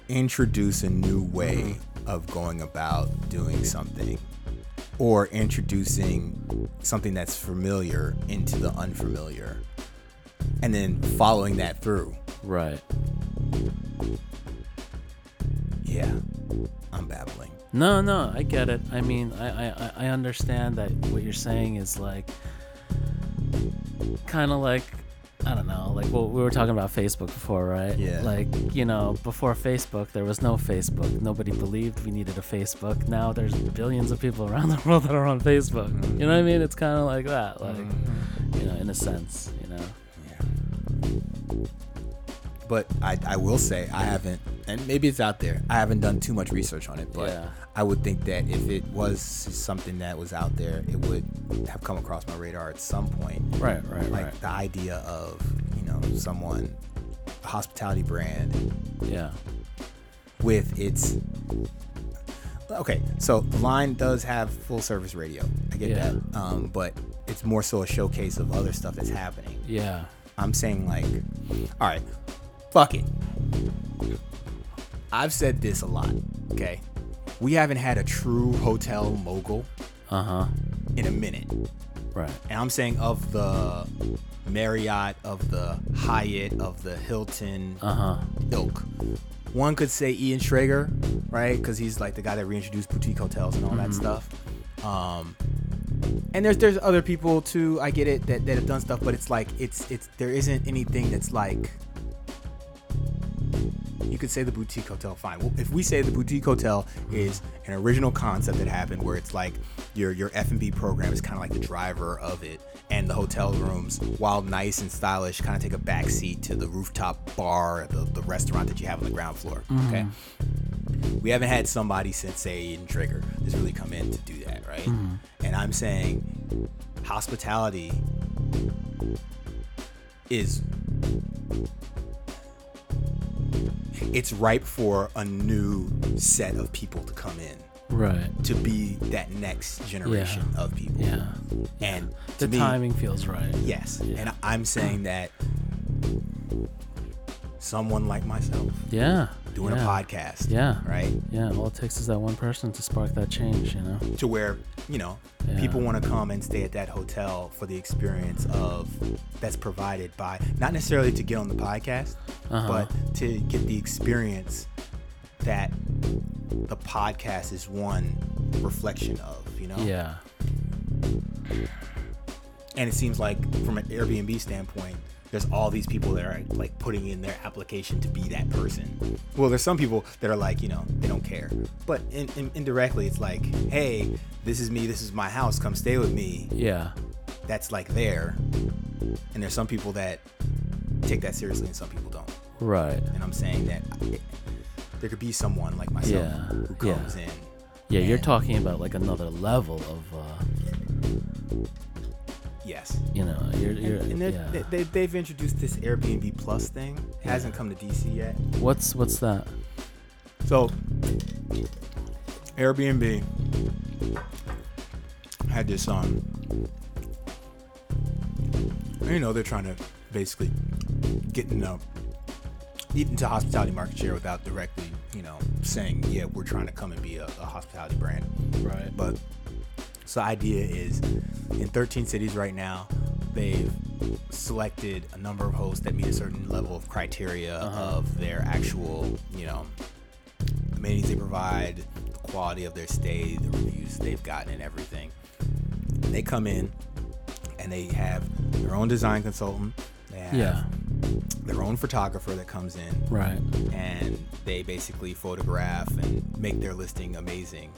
S1: introduce a new way of going about doing something or introducing something that's familiar into the unfamiliar and then following that through.
S2: right.
S1: Yeah, I'm babbling.
S2: No, no, I get it. I mean, I, I, I- I understand that what you're saying is like, kind of like, I don't know, like what we were talking about Facebook before, right?
S1: Yeah.
S2: Like, you know, before Facebook, there was no Facebook. Nobody believed we needed a Facebook. Now there's billions of people around the world that are on Facebook. You know what I mean? It's kind of like that, like, you know, in a sense, you know.
S1: Yeah. But I, I will say I haven't, and maybe it's out there. I haven't done too much research on it, but
S2: Yeah.
S1: I would think that if it was something that was out there, it would have come across my radar at some point.
S2: Right, right,
S1: Like
S2: right.
S1: the idea of you know someone, a hospitality brand
S2: Yeah.
S1: with its okay so the line does have full service radio i get
S2: Yeah.
S1: that um, but it's more so a showcase of other stuff that's happening
S2: Yeah.
S1: i'm saying like all right fuck it i've said this a lot okay we haven't had a true hotel mogul
S2: Uh huh.
S1: in a minute
S2: Right.
S1: and i'm saying of the marriott of the hyatt of the hilton
S2: Uh huh.
S1: ilk. One could say Ian Schrager, right? Because he's like the guy that reintroduced boutique hotels and all that stuff. Um, and there's there's other people too. I get it that, that have done stuff, but it's like it's it's there isn't anything that's like. You could say the boutique hotel, fine. Well, if we say the boutique hotel is an original concept that happened, where it's like your your F and B program is kind of like the driver of it, and the hotel rooms, while nice and stylish, kind of take a backseat to the rooftop bar, the, the restaurant that you have on the ground floor. Okay, we haven't had somebody since say Aiden Trigger that's really come in to do that, right? And I'm saying hospitality is it's ripe for a new set of people to come in
S2: Right.
S1: to be that next generation of people.
S2: Yeah.
S1: And
S2: The
S1: to me,
S2: timing feels right.
S1: yes. And I'm saying that someone like myself
S2: Yeah.
S1: doing
S2: yeah.
S1: a podcast,
S2: Yeah.
S1: right?
S2: Yeah, all it takes is that one person to spark that change, you know?
S1: to where you know
S2: Yeah.
S1: people want to come and stay at that hotel for the experience of that's provided by not necessarily to get on the podcast
S2: Uh-huh.
S1: but to get the experience that the podcast is one reflection of you know
S2: Yeah.
S1: and it seems like from an airbnb standpoint there's all these people that are like putting in their application to be that person well there's some people that are like you know they don't care but in, in, indirectly it's like hey this is me this is my house come stay with me
S2: Yeah.
S1: that's like there and there's some people that take that seriously and some people don't
S2: Right.
S1: and i'm saying that I- there could be someone like myself
S2: Yeah,
S1: who comes in
S2: Yeah, you're
S1: And-
S2: talking about like another level of uh
S1: yes
S2: you know, you're you're
S1: and they're-
S2: yeah.
S1: they, they, they've introduced this airbnb plus thing it hasn't come to dc yet
S2: What's what's that?
S1: so airbnb had this on you know they're trying to basically get in the get into hospitality market share without directly you know saying yeah we're trying to come and be a, a hospitality brand
S2: Right.
S1: but so the idea is in 13 cities right now they've selected a number of hosts that meet a certain level of criteria of their actual, you know, amenities they provide, the quality of their stay, the reviews they've gotten, and everything. They come in and they have their own design consultant. They have
S2: Yeah.
S1: their own photographer that comes in
S2: Right.
S1: and they basically photograph and make their listing amazing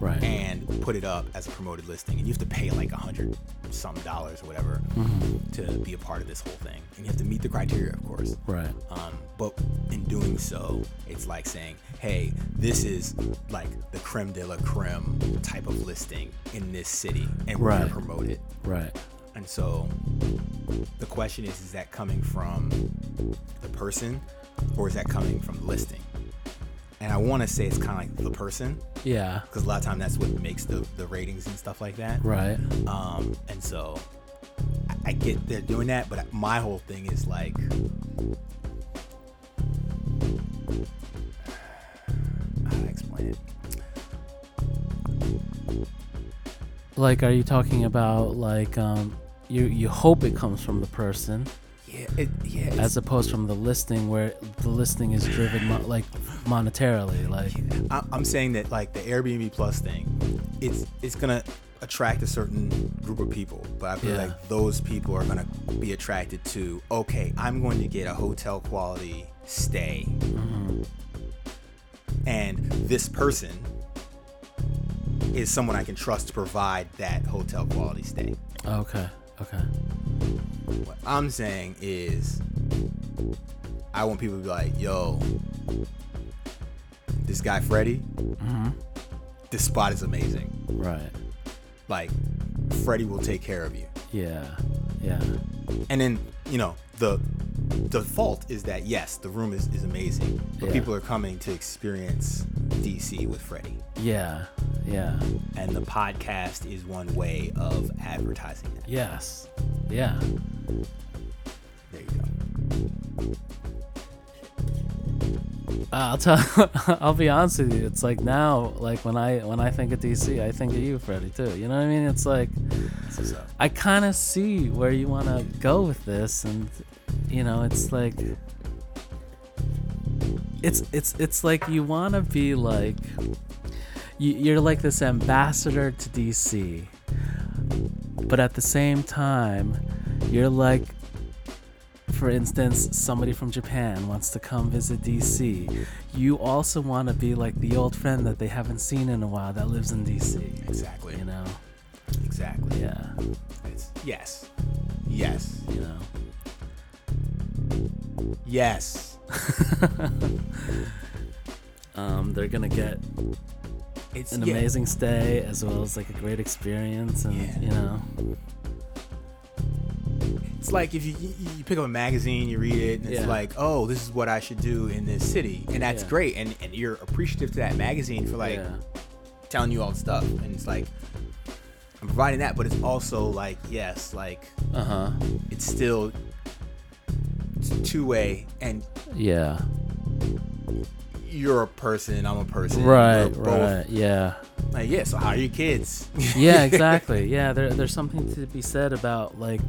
S2: Right.
S1: and put it up as a promoted listing. And you have to pay like a hundred some dollars or whatever to be a part of this whole thing. And you have to meet the criteria, of course.
S2: right.
S1: Um, but in doing so, it's like saying, hey, this is like the creme de la creme type of listing in this city, and we're
S2: Right.
S1: gonna promote it.
S2: Right.
S1: And so the question is is that coming from the person or is that coming from the listing? And I want to say it's kind of like the person
S2: Yeah.
S1: because a lot of time that's what makes the, the ratings and stuff like that.
S2: Right.
S1: Um, and so I, I get they're doing that, but my whole thing is like how do I explain it?
S2: Like, are you talking about like um, you you hope it comes from the person
S1: Yeah, it, yeah. it's-
S2: as opposed from the listing where the listing is driven mo- like monetarily, like
S1: I, I'm saying that like the Airbnb Plus thing, it's it's gonna attract a certain group of people, but I feel
S2: Yeah.
S1: like those people are gonna be attracted to okay, I'm going to get a hotel quality stay,
S2: Mm-hmm.
S1: and this person is someone I can trust to provide that hotel quality stay.
S2: Oh, okay, okay,
S1: What I'm saying is, I want people to be like, yo, this guy Freddie, this spot is amazing.
S2: right,
S1: like Freddie will take care of you.
S2: yeah, yeah,
S1: And then, you know, the the fault is that yes, the room is, is amazing, but
S2: Yeah.
S1: people are coming to experience DC with Freddie.
S2: yeah, yeah,
S1: And the podcast is one way of advertising that.
S2: yes, yeah.
S1: There you go.
S2: Uh, I'll tell. I'll be honest with you. It's like now, like when I when I think of DC, I think of you, Freddie, too. You know what I mean? It's like
S1: That's what's up.
S2: I kind of see where you want to go with this, and you know, it's like it's it's it's like you want to be like you, you're like this ambassador to DC, but at the same time, you're like. For instance, somebody from Japan wants to come visit DC. You also want to be like the old friend that they haven't seen in a while that lives in DC.
S1: Exactly.
S2: You know?
S1: Exactly.
S2: Yeah.
S1: It's, yes. Yes.
S2: You know?
S1: Yes.
S2: Um, they're gonna get
S1: It's
S2: an
S1: yeah.
S2: amazing stay as well as like a great experience, and
S1: Yeah.
S2: you know,
S1: It's like if you you you pick up a magazine, you read it, and it's
S2: Yeah.
S1: like, oh, this is what I should do in this city, and that's
S2: Yeah.
S1: great, and and you're appreciative to that magazine for like
S2: yeah,
S1: telling you all the stuff, and it's like I'm providing that, but it's also like yes, like
S2: uh huh,
S1: it's still two way, and
S2: yeah,
S1: you're a person, and I'm a person, and
S2: right,
S1: we're both-
S2: right, yeah,
S1: Like yeah, so how are your kids?
S2: yeah, exactly, yeah. There, there's something to be said about like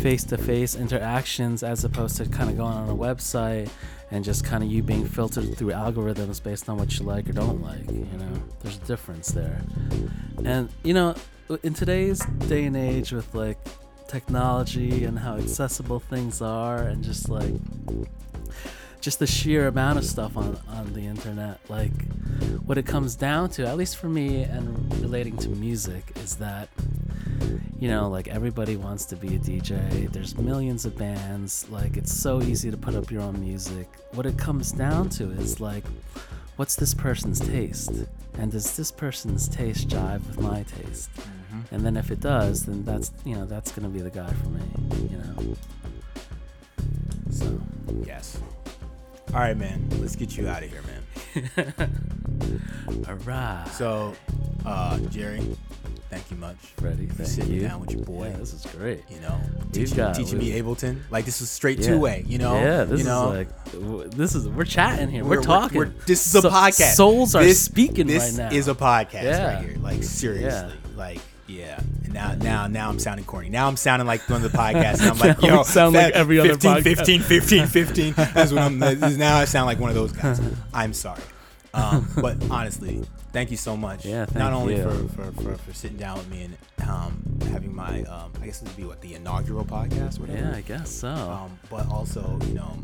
S2: face-to-face interactions as opposed to kind of going on a website and just kind of you being filtered through algorithms based on what you like or don't like. You know, there's a difference there. And you know, in today's day and age with like technology and how accessible things are and just like just the sheer amount of stuff on on the internet, like what it comes down to, at least for me and relating to music is that you know, like everybody wants to be a DJ. There's millions of bands. Like it's so easy to put up your own music. What it comes down to is like what's this person's taste? And does this person's taste jive with my taste? And then if it does, then that's you know that's gonna be the guy for me, you know. So
S1: yes. All right, man. Let's get you out of here, man.
S2: alright,
S1: So, uh, Jerry, thank you much.
S2: Freddie,
S1: for
S2: thank
S1: sitting
S2: you.
S1: down with your boy.
S2: Yeah, this is great.
S1: you know,
S2: We've
S1: teaching,
S2: got-
S1: teaching me
S2: we've-
S1: Ableton. Like this was straight
S2: Yeah.
S1: two way, you know.
S2: Yeah, this
S1: you know?
S2: is like w- this is we're chatting here. We're,
S1: We're- we're-
S2: talking.
S1: we're- this is a
S2: So-
S1: podcast.
S2: Souls are
S1: this,
S2: speaking
S1: this
S2: right now.
S1: is a podcast
S2: Yeah.
S1: right here. Like seriously, like Yeah. And now, now, now I'm sounding corny. Now I'm sounding like one of the podcasts. And I'm like,
S2: Now we
S1: yo,
S2: sound like
S1: that-
S2: every other
S1: 15,
S2: podcast.
S1: 15, 15, 15. That's what I'm. that is- Now I sound like one of those guys. I'm sorry. Um, but honestly, thank you so much.
S2: Yeah,
S1: Not
S2: thank
S1: only
S2: you.
S1: For, for, for, for sitting down with me and um, having my, um, I guess this would be what the inaugural podcast, whatever.
S2: Yeah, I guess so.
S1: Um, but also, you know,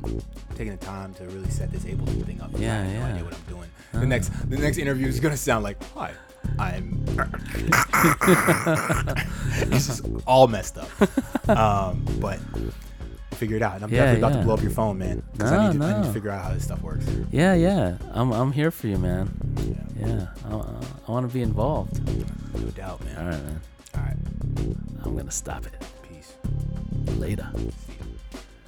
S1: taking the time to really set this Ableton thing up. 'cause
S2: Yeah,
S1: I have no
S2: yeah.
S1: idea what I'm doing. The next, the next interview is gonna sound like, "Hi, I'm." it's just all messed up. Um, but we'll figure it out. And I'm
S2: Yeah,
S1: definitely about to
S2: yeah.
S1: blow up your phone, man. Because I,
S2: No,
S1: need to- I need to
S2: no.
S1: figure out how this stuff works.
S2: yeah, yeah. I'm I'm here for you, man.
S1: Yeah,
S2: Yeah, I, I, I want to be involved.
S1: no doubt, man.
S2: All right, man.
S1: All right,
S2: I'm gonna stop it
S1: peace.
S2: later.
S1: See ya.